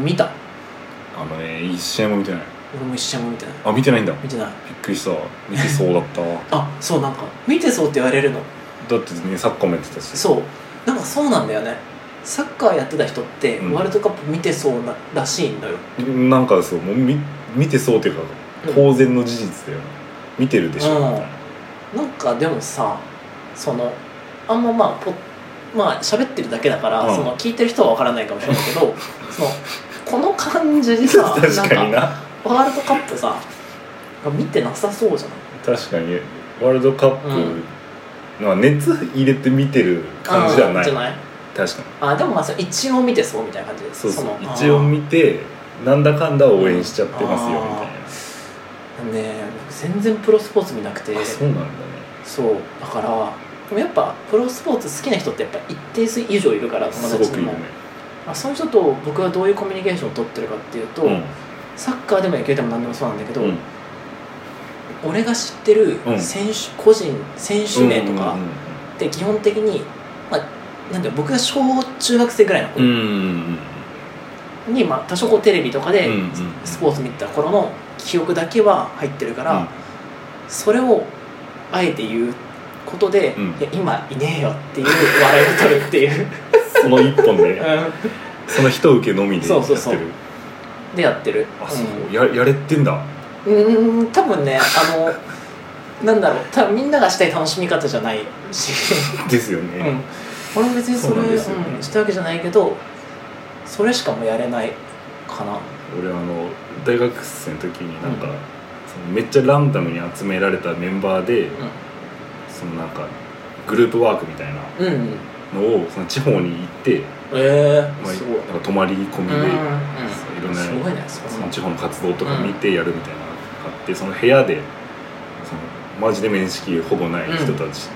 B: 見た
A: あのね一試合も見てない
B: 俺も一緒も見てない
A: あ見てないんだびっ
B: 見てない
A: くりした見てそうだったわ
B: あそうなんか見てそうって言われるの
A: だってねサッカーもやってたし
B: そうなんかそうなんだよねサッカーやってた人って、
A: うん
B: ワールドカップ見てそうならしいんだよ
A: なんかそうもう見見てそうっていうか
B: うん
A: 公然の事実だよね見てるでしょ、
B: うん
A: みたいな
B: なんかでもさそのあんままあポまあ喋ってるだけだから、
A: うん
B: その聞いてる人は分からないかもしれないけ どそのこの感じでさ
A: 確かに
B: なんか
A: な
B: ワールドカップさ見てなさそうじゃない
A: 確かにワールドカップ、まあ熱入れて見てる感じではない
B: うんじゃない
A: 確かに
B: あでもまあそれ一応見てそうみたいな感じで
A: そうそう
B: の
A: 一応見てなんだかんだ応援しちゃってますよ
B: うん
A: みたい
B: あーねえ僕全然プロスポーツ見なくて
A: なあそうなんだね
B: そうだからでもやっぱプロスポーツ好きな人ってやっぱ一定数以上いるから友
A: す
B: 達
A: ごくい
B: に
A: い
B: も
A: よね
B: あその人と僕はどういうコミュニケーションを取ってるかっていうと、
A: うん
B: サッカーでも野球でも何でもそうなんだけど、
A: うん
B: 俺が知ってる
A: うん
B: 選手、個人選手名とか
A: うん
B: って基本的に、まあ、なんていうの僕が小中学生ぐらいの
A: うん
B: 頃
A: うん
B: に、まあ、多少こうテレビとか
A: う
B: で
A: んうんうん
B: スポーツ見てた頃の記憶だけは入ってるから、それをあえて言うことで、
A: うん
B: いや今いねえよっていう笑いを取るって いう、
A: その一本で
B: う
A: その人受けのみでや
B: そう
A: っ
B: そ
A: て
B: う
A: る
B: そうんでやってる
A: あそうややれてんだ
B: うんうーん多分ねあのなんだろう多分みんながしたい楽しみ方じゃないし、
A: ですよ
B: う
A: ね
B: ん、俺も別にそれ
A: そうなん
B: う
A: ですよね
B: ん、したわけじゃないけどそれしかもうやれないかな
A: 俺あの大学生の時になんかそのめっちゃランダムに集められたメンバーでそのなんかグループワークみたいな
B: うん、うん、
A: のをその地方に行って
B: ええ
A: まあ
B: すごい
A: なんか泊まり込み
B: うん、
A: で
B: うん
A: そういろんな
B: すごいねそ
A: そ
B: んな
A: の地方の活動とか見てやるみたいなのがあってその部屋でそのマジで面識ほぼない人たち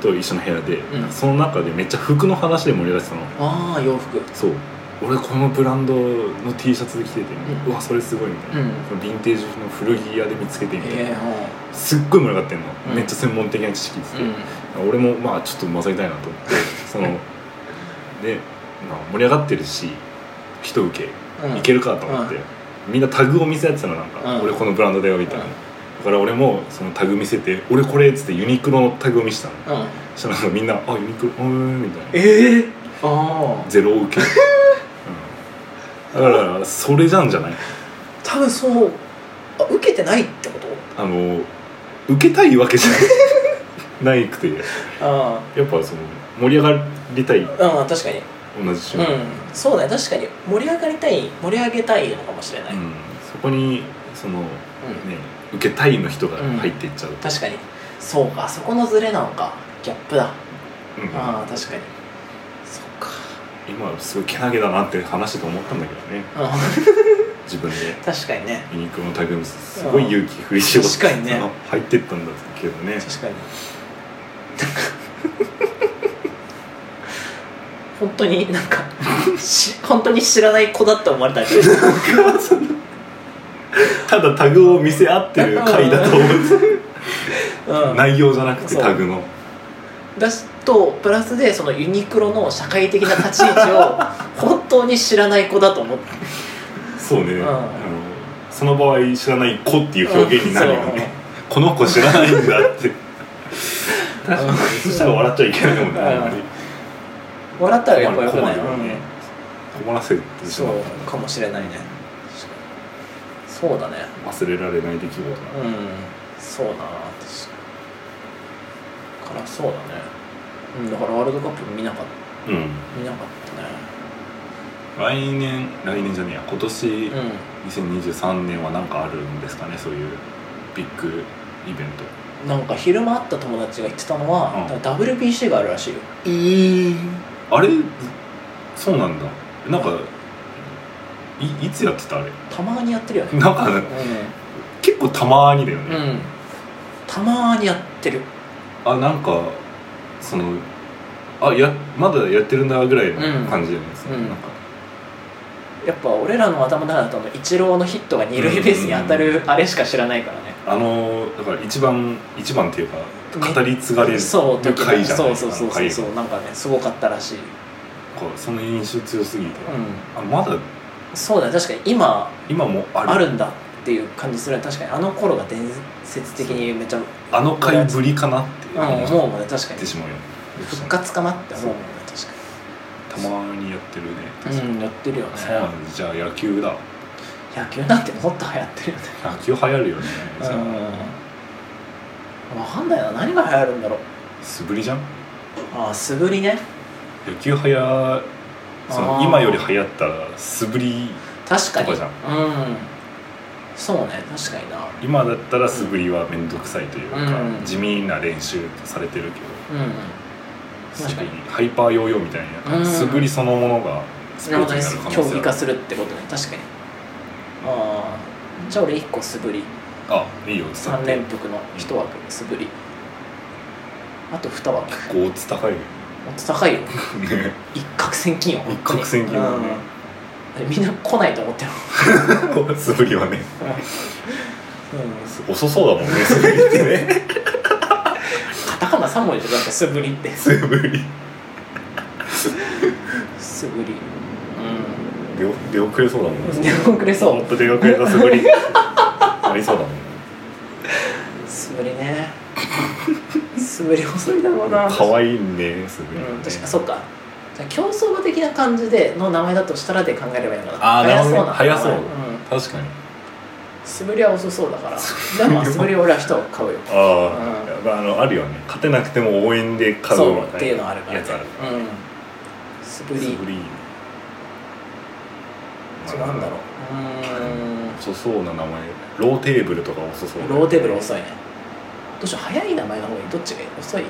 A: と一緒の部屋で、
B: ん
A: なんかその中でめっちゃ服の話で盛り上がってたの
B: ああ洋服
A: そう俺このブランドの T シャツ着てて、う
B: うん
A: わそれすごいみたいな、
B: うん
A: そのヴィンテージの古着屋で見つけてみたいな、
B: え
A: すっごい盛り上がってんの、
B: うん
A: めっちゃ専門的な知識つ
B: え
A: って、俺もまあちょっと混ざりたいなと思 ってそので、まあ、盛り上がってるし人受け
B: うん、うん、
A: いけるかと思って、みんなタグを見せ合ってたのなんか、
B: うん
A: 俺このブランドだよみたいな、
B: うん
A: だから俺もそのタグ見せて「俺これ」っつってユニクロのタグを見せたの
B: うん
A: そしたらなんかみんな「あユニクロうーん」みたいな
B: ええああ
A: ゼロ 受け、うん、だからそれじゃんじゃない
B: 多分そうあ受けてないってこと
A: あの受けたいわけじゃ ないないくて
B: あ
A: やっぱその盛り上がりたい
B: あうん確かに
A: 同じ趣
B: う
A: 味、
B: んそうだね確かに盛り上がりたい盛り上げたいのかもしれない、
A: う
B: うん
A: んそこにそのね受けたいの人が入っていっちゃうと、
B: 確かにそうかそこのズレなのかギャップだ、
A: うん
B: ああ確かにそっか
A: 今すごいけなげだなって話してて思ったんだけどね
B: うん
A: 自分で
B: 確かにね
A: ユニクロのタグ見せてすごい勇気振り絞って
B: 確かにね
A: あ入ってったんだけどね
B: 確かに 本当になんかし本当に知らない子だって思われたり
A: ただタグを見せ合ってる回だと思って
B: うん
A: 内容じゃなくてタグの
B: だしとプラスでそのユニクロの社会的な立ち位置 を本当に知らない子だと思って
A: そうね、
B: うん
A: あのその場合知らない子っていう表現になるよ
B: うんそう
A: ね、この子知らないんだって確かにそしたら笑っちゃいけないもんね、
B: うん
A: あんまり
B: 笑ったらやっぱよく
A: 困
B: ない
A: るよね困らせて
B: うん
A: し
B: そ
A: まう
B: うかもしれないねそうだね
A: 忘れられない出来事だな
B: うんそうだな確かにからそうだねうんだからワールドカップ見なかっ
A: うん
B: た見なかった
A: 来年来年じゃねえや今年、
B: ね
A: 2023年は何かあるんですかねそういうビッグイベント
B: うんなんか昼間会った友達が言ってたのは、
A: うん
B: WBC があるらしいよ
A: あれそうなんだなんかいいつやってたあれ
B: たまにやってるよね
A: なんか結構たまにだよ
B: うん、
A: ね、
B: うん、たまにやってる
A: あなんかそのあやまだやってるんだぐらいの感じじゃないですか、
B: うん
A: なんか
B: やっぱ俺らの頭の中だとあのイチローのヒットが二塁ベースに当たるあれしか知らないからね
A: あのだから一番一番っていうか語り継がれる
B: そう
A: 回じゃないですか
B: そうそうそう
A: あの
B: そう
A: 回
B: そうなんかねすごかったらしい、う
A: なんかその印象強すぎて、
B: ん、
A: あまだ
B: そうだね確かに今
A: 今もある
B: あるんだっていう感じするね確かにあの頃が伝説的にめちゃ、うん、
A: あの回ぶりかなって思
B: 思うもんね確か
A: っ
B: に
A: てしまうよね
B: 復活かなって思うもんね確か
A: たまにやってるね
B: にうんやってるよね
A: そうなんだじゃあ野球だ
B: 野球なんてもっと流行ってるよね
A: 野球流行るよねじゃ
B: わかんないな何が流行るんだろう
A: あ素振りじゃん
B: ああ素振りね
A: 野球はやそ
B: あ
A: の
B: ー
A: 今より流行ったら素振り
B: 確かに
A: とかじゃん
B: うんそうね確かにな
A: 今だったら素振りは面倒くさいというか、
B: うん
A: 地味な練習とされてるけど
B: うん
A: 素
B: 確か
A: 振
B: に
A: りハイパーヨーヨーみたいな、
B: うん
A: 素振りそのものがスポ
B: なる
A: ー
B: ほ
A: ツにな
B: どね
A: る可能
B: 競
A: 性あ
B: 技
A: る
B: 化するってことね確かにああじゃあ俺1個素振り
A: あいいよ伝わっ
B: 3
A: て
B: 連服の1枠素振りあと2枠もっ
A: ゴーツ高いよね
B: と高いよ
A: ね
B: 一攫千金よ
A: 一攫千金だね
B: うんみんな来ないと思ってる
A: 素振り はね
B: うん
A: 遅そうだもんね素振りってね
B: カタカナ3文字でだって素振りって
A: 素振り
B: 素振りう
A: 出お出遅れそうだもん
B: ん
A: ね
B: 出遅れそ
A: もっと出遅れた素振 りありそうだもん
B: う素振りね素振り遅いだろうな
A: 可愛いね素振りはね、
B: うん、確かそっかじゃあ競走馬的な感じでの名前だとしたらで考えればいいのかな
A: あーなるほどね
B: 早そうな
A: 早そ
B: ん
A: 確かに
B: 素振りは遅そうだからでもまあ素振りは俺は人を買うよ
A: あ
B: うん
A: あ、やっぱあのあるよね勝てなくても応援で勝
B: そ
A: る
B: うっていうのはあるから、
A: やつある
B: うん、素振
A: 素
B: り
A: 振り
B: そうなんだろうう
A: 遅そうな名前ローテーブルとか遅そう
B: ー
A: だ
B: ん
A: ね
B: ローテーブル遅いねどうしよう早い名前の方がいいどっちがいい遅い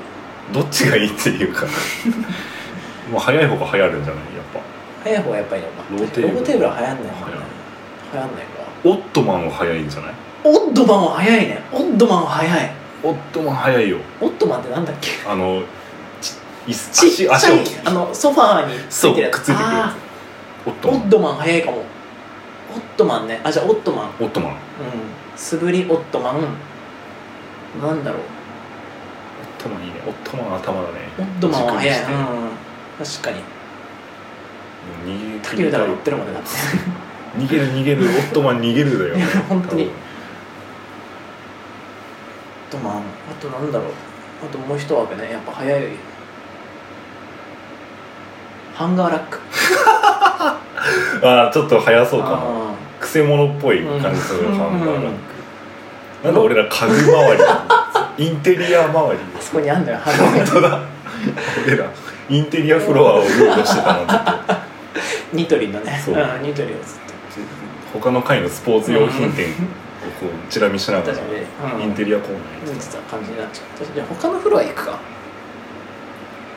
A: どっちがいいっていう かもう早い方が流行るんじゃないやっ
B: 早い方がやっぱいいのか
A: ローテーブル
B: は流行んないもん
A: 流
B: ね
A: 行る
B: 流行んないか
A: ぱオットマンは早いんじゃない
B: オッドマンは早いねオッドマンは早い
A: オットマン早いよ
B: オッドマンってなんだっけ
A: あのち椅子
B: ちっち
A: 足足
B: ゃ
A: を
B: いあのソファーについてるやつ
A: そうくっついてくるやつ
B: あ
A: オッ
B: ー
A: ト
B: オ
A: マ
B: ッ
A: ン
B: ドマン早いかもオットマンねあじゃあオットマンうん
A: オットマンオッ
B: 素振りオットマンなんだろう
A: トマンいいねオットマン頭だね
B: オットマンは早い
A: 軸
B: な、
A: に
B: うん、確かに
A: もう逃げ
B: タキューダが言ってるもんねだっ
A: 逃
B: て
A: げる逃げるオットマン逃げるだよ
B: 本当にオットマンあとなんだろうあともう一枠ねやっぱ早いハンガーラック
A: ああちょっと早そうかも
B: あ
A: くせ者っぽい感じする
B: うん
A: ハンガーラ
B: う
A: ッ
B: ん
A: ク なんで俺ら家具周 りインテリア周り
B: ーあそこにあんだよハンガーラ
A: 本
B: ック
A: 当だ俺らインテリアフロアをうろうろしてた のずっ
B: ニトリのね
A: そう
B: うんニトリをずっ
A: と
B: と
A: 他の階のスポーツ用品店をこうチラ見しながら
B: 確かにね
A: インテリアコーナーに行
B: 見
A: って
B: てた感じになっちゃうじゃあ他のフロア行くか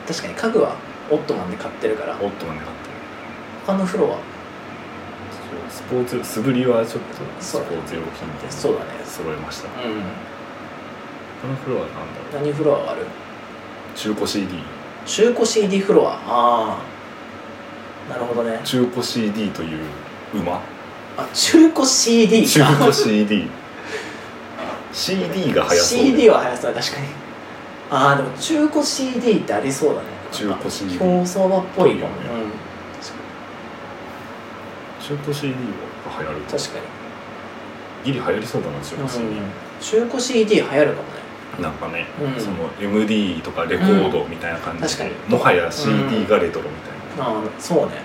B: 確かに家具はオットマンで買ってるから
A: たオットマンで買ってる
B: 他のフロア
A: そうスポーツ素振りはちょっとス
B: そ
A: ポ
B: う
A: ーツ用品店
B: そうだね
A: 揃えましたこ
B: うん
A: のフロアなんだろ
B: 何フロアがある
A: う中古 CD
B: 中古 CD フロアああなるほどね
A: 中古 CD という馬
B: あ中古 CD か
A: 中古 CDCD が早そうで
B: CD は早そうだ確かにああでも中古 CD ってありそうだね
A: 中古 CD
B: 競走馬っぽいかも、
A: ぽいよ
B: うん、
A: 中古 CD は流行る
B: 確かに
A: ギリ流行りそうだな中古 CD、
B: 中古 CD 流行るかもね
A: なんかね、
B: うん
A: その MD とかレコードみたいな感じで、
B: うん確
A: もはや CD
B: うん
A: がレトロみたいな、
B: ああそうね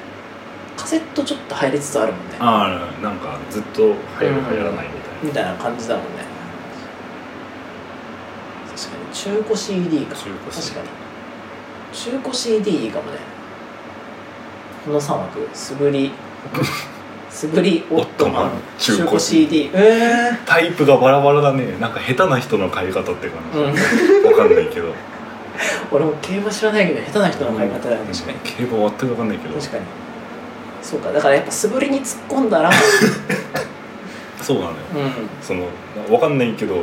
B: カセットちょっと入りつつあるもんね
A: ああなんかずっと流行る
B: うん
A: 流行らないみたいな、
B: みたいな感じだもんね確かに中古 CD か
A: 中古 CD
B: 確かに中古 CD いいかもねこの3枠素振 り素振りオットマン
A: オットマン中
B: 中
A: 古
B: 古 CD ええ
A: タイプがバラバラだねなんか下手な人の買い方って感じ、
B: うん
A: わかんないけど
B: 俺も競馬知らないけど下手な人の買い方だよね確かに
A: 競馬全くわかんないけど
B: 確かにそうかだからやっぱ素振りに突っ込んだら
A: そうなのよ
B: うん、うん、
A: そのわかんないけど、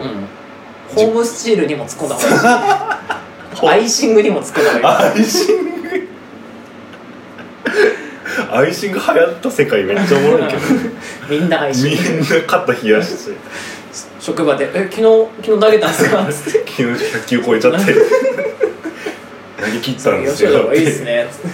B: ホームスチールにも突っ込んだ方がい いしアイシングにも突っ込んだ方がいい
A: アイシングアイシング流行った世界めっちゃおもろいけど
B: みんなアイシ
A: み
B: ン
A: ん
B: グ
A: な肩冷やして
B: 職場で「え昨日昨日投げたんですか?」つっ
A: 昨
B: て
A: 日100球超えちゃって投げ切っ
B: 「そ
A: たん
B: れ
A: で
B: よ
A: す
B: しの
A: よ
B: 方がいいっすね」つって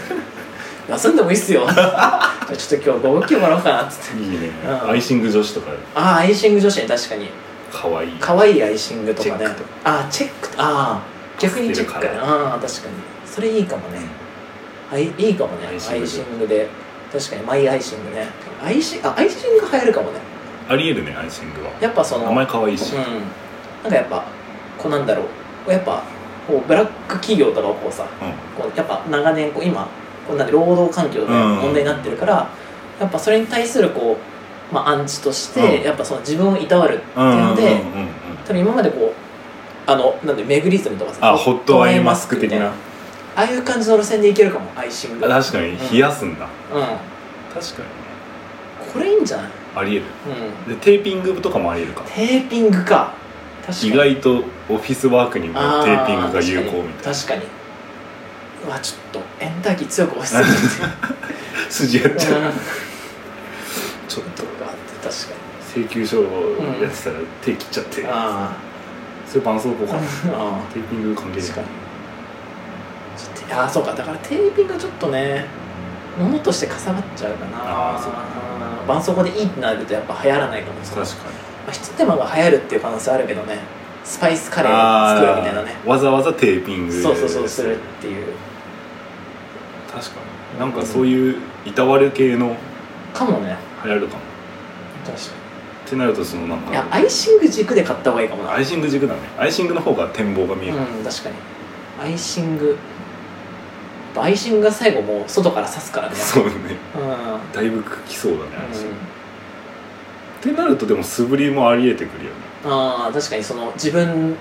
B: 「休んでもいい っすよ」じゃあちょっと今日5球もらおうかな」つって
A: いいね
B: うん
A: アイシング女子とか
B: ああアイシング女子ね確かに
A: かわいい
B: 可愛いアイシングとか
A: チ
B: ね
A: ェックと
B: ああチェックとああ逆にチェックか
A: 捨てる
B: なああー確かにそれいいかもねはいいいかもねア
A: ア
B: イ
A: イシングで
B: シングで確かにマイアイシングねアイシンあアイシング流行るかもね
A: ありえるねアイシングは
B: やっぱその
A: 名前かわいいし
B: うん、なんかやっぱこうなんだろうやっぱこうブラック企業とかをこうさこうやっぱ長年こう今こうなんて労働環境が問題になってるから、やっぱそれに対するこう、まあ、アンチとして、
A: うん
B: やっぱその自分をいたわるっていう
A: うんうんうんう
B: の
A: ん
B: で、多分今までこうあのなんでメグリズムとかさ
A: あホットアイマスク的な
B: ああいう感じの路線でいけるかもアイシングうん
A: 確かに冷やすんだ確かに
B: これいいんじゃない、
A: ありえる
B: うん、
A: でテーピングとかもありえるか
B: テーピングか確かに
A: 意外とオフィスワークにもテ
B: あ
A: ーピングが有効みたい
B: 確かに確かにうわちょっとエンターキー強く押しすぎて
A: な筋やっちゃうちょっ
B: と
A: と
B: かあって確か
A: 請求書やってたら手切っちゃって
B: にあ
A: それ絆創膏
B: ー
A: かな
B: あ
A: テーピング関係な
B: ー
A: い
B: 確かにちょっとあーそうかだからテーピングちょっとねものとしてかさばっちゃうかな
A: あーそう
B: うん絆創膏でいいってなるとやっぱ流行らないかもしれない、
A: 確かに
B: まあ、ひと手間が流行るっていう可能性あるけどねスパイスカレーを作るみたいなね
A: あーわざわざテーピング
B: そうそうそうするっていう
A: 確かになんかそういういたわる系の
B: かもね
A: 流行るかも
B: 確か
A: ってなるとそのなん
B: にいや
A: か
B: アイシング軸で買った方がいいかもな
A: アイシング軸だねアイシングの方が展望が見える、
B: うん確かにアイシングやっぱアイシングが最後もう外から刺すからね
A: そうね
B: うん、うん、
A: だいぶきそうだね、アイシングってなるとでも素振りもありえてくるよね
B: ああ確かにその自分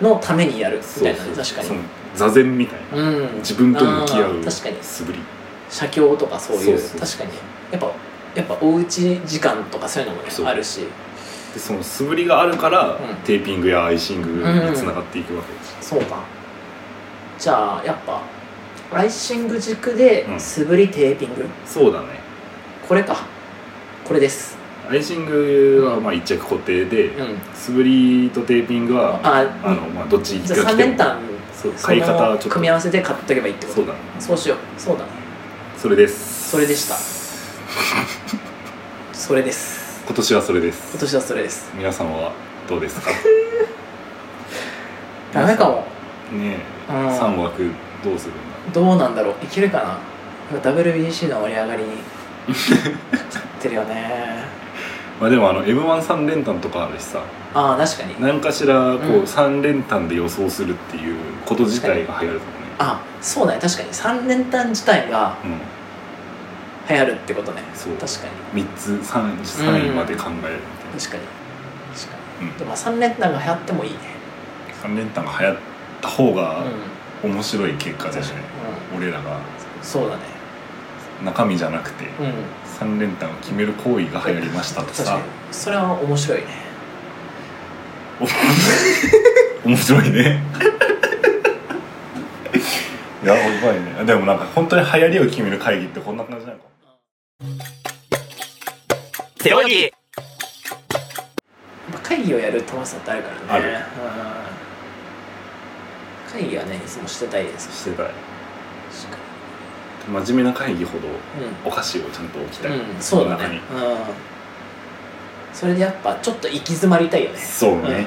B: のためにやるみたいなね確かに
A: その座禅みたいな
B: うん
A: 自分と向き合
B: あー
A: う
B: 確かに
A: 素振り
B: 写経とかそういう
A: そうそう
B: 確かにやっぱやっぱおうち時間とかそういうのもね
A: そう
B: あるし
A: でその素振りがあるから、
B: ん
A: テーピングやアイシングにつながっていくわけです、
B: そうかじゃあやっぱアイシング軸で
A: うん
B: 素振りテーピング、
A: そうだね
B: これかこれです
A: アイシングはまあ一着固定で、
B: うん
A: 素振りとテーピングは
B: あ
A: あの、まあ、どっちが
B: じゃあ
A: 来
B: 3
A: ても
B: 連単
A: そう
B: そ
A: 買い方はち
B: の
A: ょっと
B: 組み合わせで買っとけばいいってこと
A: そうだね
B: そうしようそうだね
A: それです
B: それでしたそれです
A: 今年はそれで
B: 今
A: す
B: 年はそれです
A: 皆さんはどう ですか
B: ダメかも
A: ねえ、
B: うん
A: 3枠どうするんだ
B: どうなんだろういけるかな WBC の盛り上がりに勝ってるよね
A: まあでもあの m 1 3連単とかあるしさ
B: ああ確かに
A: 何かしらこ
B: うん
A: う3連単で予想するっていうこと自体が流行るかもね
B: あそうだね確かに3連単自体が
A: う
B: 流行るってことね
A: んそう
B: 確か
A: 3つ 3, 3位まで考えるみ
B: に確かに確か
A: たいな
B: に、でも3連単が流行ってもいいね
A: うん、3連単が流行った方
B: うん
A: が面白い結果だよね、俺らが
B: うんそうだね
A: 中身じゃなくて
B: うん
A: 3連単を決める行為が流行りましたと
B: 確
A: さ
B: かにそれは面白いね
A: 面白いね いやばいねでもなんか本当に流行りを決める会議ってこんな感じなのか
C: 背泳ぎ
B: まあ会議をやる楽しさってあるか
A: あ
B: らね
A: る
B: うん会議はねいつもしてたいです
A: してたい
B: 確か
A: 真面目な会議ほど
B: にう
A: お
B: ん
A: 菓子をちゃんと置きたい、
B: うん、そうだ
A: この中
B: ね
A: に、
B: うん、それでやっぱちょっと行き詰まりたいよね
A: そう
B: うん
A: ね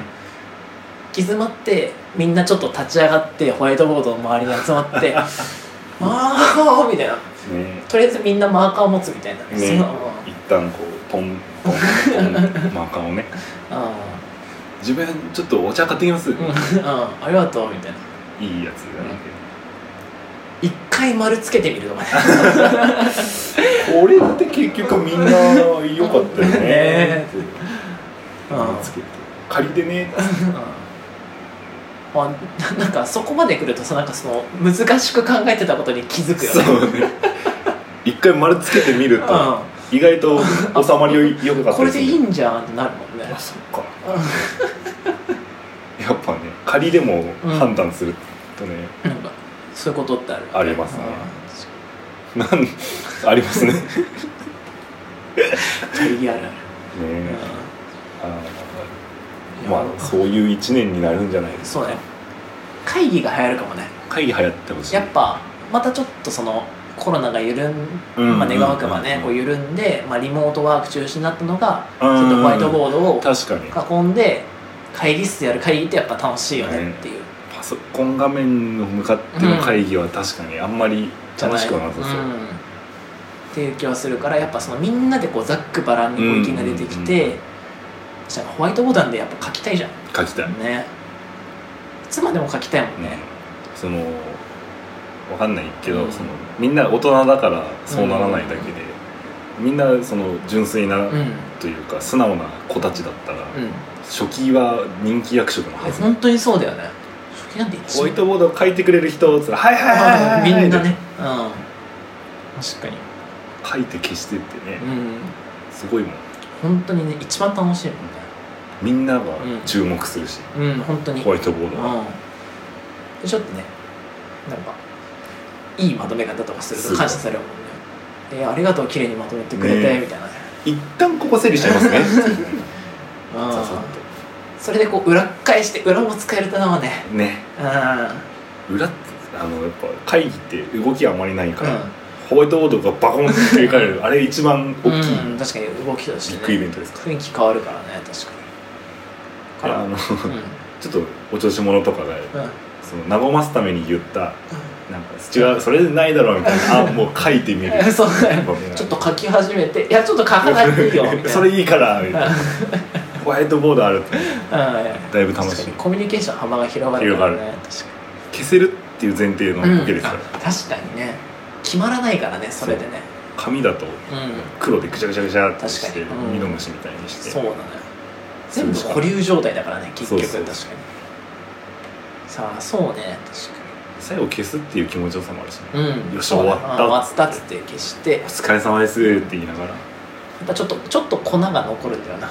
B: 行、き詰まってみんなちょっと立ち上がってホワイトボードの周りに集まって「マーカー」みたいな
A: ね
B: とりあえずみんなマーカーを持つみたいな、
A: ね
B: その
A: 一旦こうポンポンポンマーカーをね
B: うんうん
A: 自分ちょっとお茶買ってきます、
B: うんうんありがとうみたいない
A: いやつだな
B: 一回丸つけてみるとかね
A: これって結局みんな良かったよね
B: ね
A: って
B: うん
A: つけて借りてね
B: まあ、ななんかそこまで来るとさなんかその難しく考えてたことに気づくよね
A: そうね一回丸つけてみると意外と収まりよくかった
B: これでいい
A: い
B: んじゃんってなるもんね
A: あそっかやっぱね仮でも判断するとね、
B: なんかそういうことってあるよ
A: ありますねなんありますねね
B: うんギリギリあるある
A: えあ
B: うん
A: ーまあそういう一年になるんじゃないですか
B: そうね会議が流行るかもね
A: 会議流行ってほしい
B: やっぱまたちょっとそのコロナが緩ん、
A: うん
B: まあ、願わくばね、
A: うん
B: こう緩んで、まあ、リモートワーク中止になったのが、
A: うん
B: ちょっとホワイトボード
A: 確かに
B: を囲んで会議室でやる会議ってやっぱ楽しいよねっていう、
A: パソコン画面の向かっての会議は確かにあんまり
B: じゃ
A: 楽
B: ない
A: しくはなさそう、
B: んっていう気はするからやっぱそのみんなでこうざっくばらんにこう意見が出てきて、そしたらホワイトボードなんでやっぱ書きたいじゃん
A: 書きたい、
B: ねいつまでも書きたいもんね、
A: うんそのわかんないけど、
B: うん
A: そのみんな大人だからそうならないだけで、みんなその純粋な、
B: うん
A: というか素直な子たちだったら、
B: うん
A: 初期は人気役職のはず、
B: 本当にそうだよね初期なんて一
A: ホワ
B: 番
A: イトボードを書いてくれる人っつったら「はいはいはいはいはい」
B: みんな ねうん確かに
A: 書いて消してってね、
B: うん
A: すごいもん
B: 本当にね一番楽しいもんね
A: みんなが注目するし、
B: うん本当に
A: ホワイトボードは、
B: うんでちょっとねなんかいいまとめ方とかする
A: すご
B: と
A: い
B: 感謝されるもんねえーありがとう綺麗にまとめてくれて、
A: ね
B: みたいなね
A: 一旦ここ整理しちゃいますね
B: うん
A: ささ
B: それでこう裏返して裏も使えるとなはね
A: っとね
B: うんう
A: 裏ってあのやっぱ会議って動きあまりないから、
B: ん
A: ホワイトボードがバコンって振り返るあれ一番大きい
B: うん確かに動きとし
A: ビッ
B: て、ね、
A: グイベントですか、
B: 雰囲気変わるからね確からに
A: あの
B: からうん
A: ちょっとお調子者とかが
B: うん
A: その和ますために言ったなんか違うそれでないだろうみたいなあもう書いてみる
B: そうだよ
A: ごめん
B: ちょっと書き始めて「いやちょっと書かないでいいよ」みたい な
A: それいいからみたいなホワイトボードあるって
B: うん
A: だいぶ楽しい
B: 確かにコミュニケーション幅が広がるからね
A: 広
B: 確
A: 消せるっていう前提の
B: かに、
A: わけです
B: あ
A: から、
B: 確かにね決まらないからねそれでね
A: 紙だと
B: うん
A: 黒でぐちゃぐちゃぐちゃってして
B: 確かにうん
A: ミノムシみたいにして
B: そうだね全部保留状態だからね結局
A: そうそう
B: 確かにさあそうね
A: 最後消すっていう気持ちよさもあるしね、
B: 確かにうん
A: よし
B: そうだ
A: 終わった
B: うん終わったっつって消してや
A: お疲れ様ですって言いながら
B: っぱちょっとちょっと粉が残るんだよな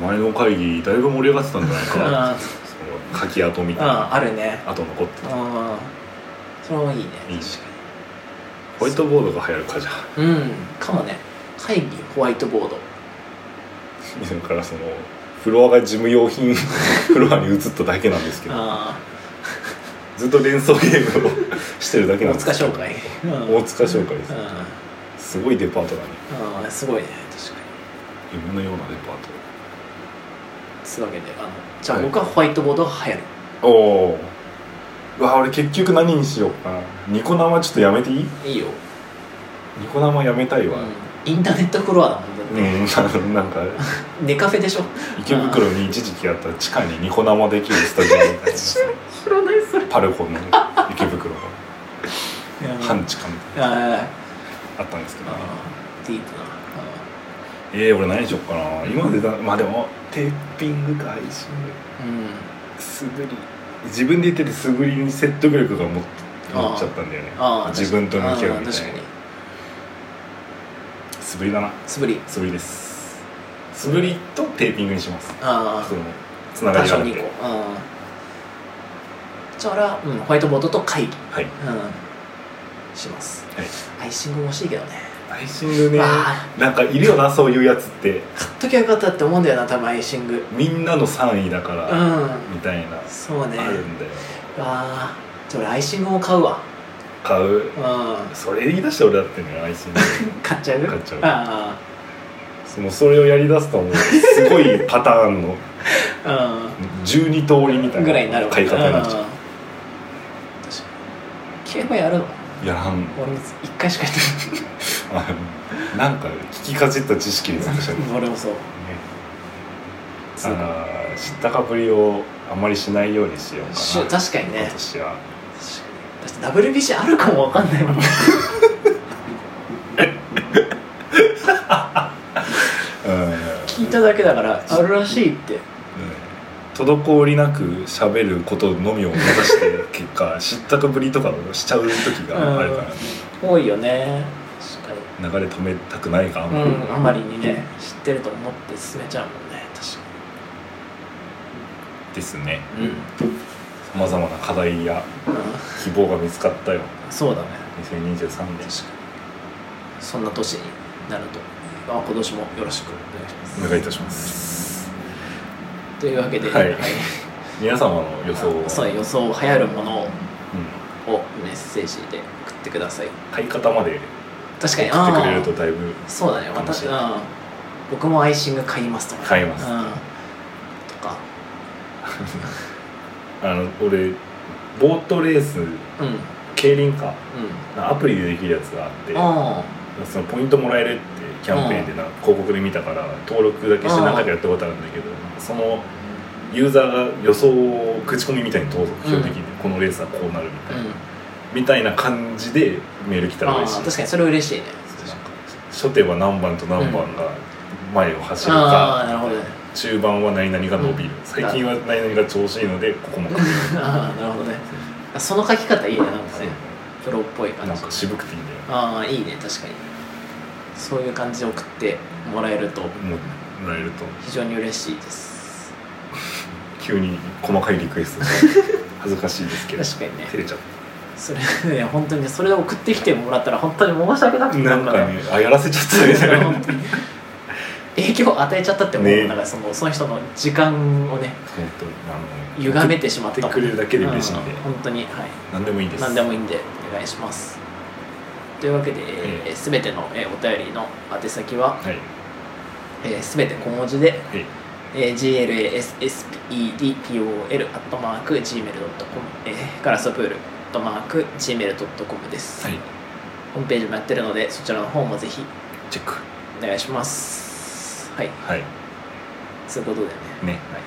A: 前の会議だいぶ盛り上がってたんじゃないか
B: うん
A: な
B: うん
A: その書き跡みたいな
B: あるね
A: 跡残って
B: う
A: た
B: んそれもいいね
A: いいホワイトボードが流行るかじゃ
B: うんかもね会議ホワイトボード
A: だからそのフロアが事務用 品フロアに移っただけなんですけど
B: あ
A: ずっと連想ゲームをしてるだけ
B: あ
A: な
B: 大
A: んです
B: 塚
A: けど
B: 商会
A: 大塚商会です
B: うん
A: すごいデパートだね
B: うんすごいね確か
A: 夢のようなデパー
B: にそういうわけであのじゃあ
A: はい
B: 僕はホワイトボードは流行る
A: トおおうわ俺結局何にしようかなニコ生ちょっとやめていい
B: いいよ、
A: ニコ生やめたいわ
B: インターネットフロアだもんだっ
A: う
B: て
A: ん、あのなんか
B: ネカフェでしょ
A: 池袋に一時期あった地下にニコ生できるスタジオみたいなやつ
B: 知らないそれ
A: パルコの池袋の半地下みたい
B: ああ
A: なのあったんですけど、ね、
B: ディープなあ
A: えー、俺何しよっかな今までだまあでもテーピングか配信
B: あうん
A: 素振り自分で言ってて素振りに説得力が持っ
B: あー
A: 持っちゃったんだよね
B: ああ
A: 自分と向き合うみ
B: ああ
A: た
B: 確
A: い
B: か
A: な
B: に
A: 素振りだな
B: 素振り
A: 素振りです素振りとテーピングにします
B: あ
A: そ
B: あ
A: のつなが
B: 多
A: りが
B: 少
A: あっ
B: に
A: て
B: こうああじゃあ俺は、うん、ホワイトボードと会議
A: はい
B: うんします
A: はい
B: アイシングも欲しいけどね
A: アイシングね
B: あ
A: なんかいるよなそういうやつって
B: 買っときゃよかったって思うんだよな多分アイシング
A: みんなの3位だか
B: う
A: ら、
B: ん
A: みたいな
B: そうね
A: あるんだよ
B: あーじゃあ俺アイシングも買うわ
A: 買う
B: うん
A: それ言い出して俺だってねアイ シング
B: 買っちゃう
A: 買っちゃう
B: あ
A: そのそれをやりだすともうすごいパターンの
B: あ
A: 12通りみた
B: うんぐらい
A: い
B: にな
A: な
B: る
A: 買い方になっちゃ
B: うん確かに競馬やるの
A: ういやん
B: 俺一回しかやって
A: あの なんか聞きかじった知識ですね
B: ない俺もそう
A: あ
B: そうか
A: の知ったかぶりをあまりしないようにしようか
B: し
A: な
B: 確かにね
A: 私は
B: 確かにだって WBC あるかもわかんないもん
A: うん、うん、
B: 聞いただけだからあるらしいって
A: 滞りなく喋ることのみを目指して結果知ったかぶりとかをしちゃう時があるから、
B: 多いよね確か
A: 流れ
B: に
A: 止めたくないかあんまり、
B: うん、あまりにね知ってると思って進めちゃうもんね確
A: ですね
B: かに
A: さまざまな課題や
B: うん、
A: 希望が見つかったよ
B: そうだね
A: 2023年
B: 確かにそんな年になるとあ今年もよろしくお願いします
A: お願いいたします
B: というわけで、
A: はい皆様の予想を、
B: そう予想流行るものを
A: うん、
B: メッセージで送ってください
A: 買い方まで
B: 確
A: 送
B: かに
A: ってくれ
B: あ
A: るとだいぶ
B: あそうだね
A: 楽し
B: 私
A: い
B: うん僕もアイシング買いますとか
A: 買います
B: うん、とか
A: あの俺ボートレース
B: うんうん
A: 競輪かアプリでできるやつがあって
B: あ
A: そのポイントもらえるってキャンペーンでな、広告で見たから登録だけして何回かやったことあるんだけどそのユーザーが予想を口コミみたいに登録標的に、このレースはこうなるみ
B: あ
A: た
B: う
A: いな、みたいな
B: ん
A: 感じでメール来たら
B: ああ
A: 嬉しい
B: 確かにそれ嬉しいね
A: なんか初手は何番と何番が前を走る
B: ああな
A: か、
B: るほどね
A: 中盤は何々が伸びる、
B: うん
A: 最近は何々が調子いいのでここも勝てる
B: ああなるほどねその書き方いいねなんかねプロっぽい
A: な
B: 感
A: ん
B: じ
A: か渋くていいんだよ
B: ああいいね確かにそういう感じで送ってもらえると
A: もうもらえると
B: 非常に嬉しいです
A: 急に細かいリクエストが恥ずかしいですけど
B: 確かにね
A: 照れちゃっ
B: それね本当にねそれで送ってきてもらったら本当に申し訳なく
A: た
B: て
A: なんかねあやらせちゃったみたいな
B: 本当に影響を与えちゃったって思う、
A: ね
B: なんかそのその人の時間をね
A: 本当にあの
B: 歪めてしまった
A: 送ってくれるだけで嬉しいんで
B: うん本当にはい
A: 何でもいいです
B: 何でもいいんでお願いしますというわけで、え
A: え
B: ー、全ての、えーお便りの宛先は、
A: はい
B: えー、全て小文字で
A: はい
B: えー glaspedpol.gmail.com、えー、ガラスプール .gmail.com です、
A: はい
B: ホームページもやってるのでそちらの方もぜひ
A: チェック
B: お願いしますはい
A: はい
B: そういうことでね
A: ね
B: は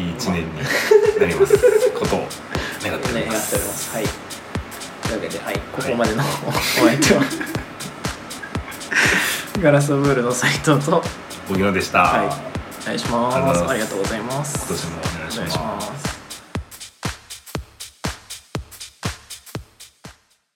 B: い
A: いい一年になりますことを願ってお
B: お願
A: り
B: い
A: ま
B: しておりますすはいというわけで、はい、ここまでのお相手はガラスプールの斉藤と
A: 荻野でした、
B: はいお願いします
A: あ
B: あ
A: り
B: り
A: が
B: がとうございます
A: 今年もお願いします
B: お願いします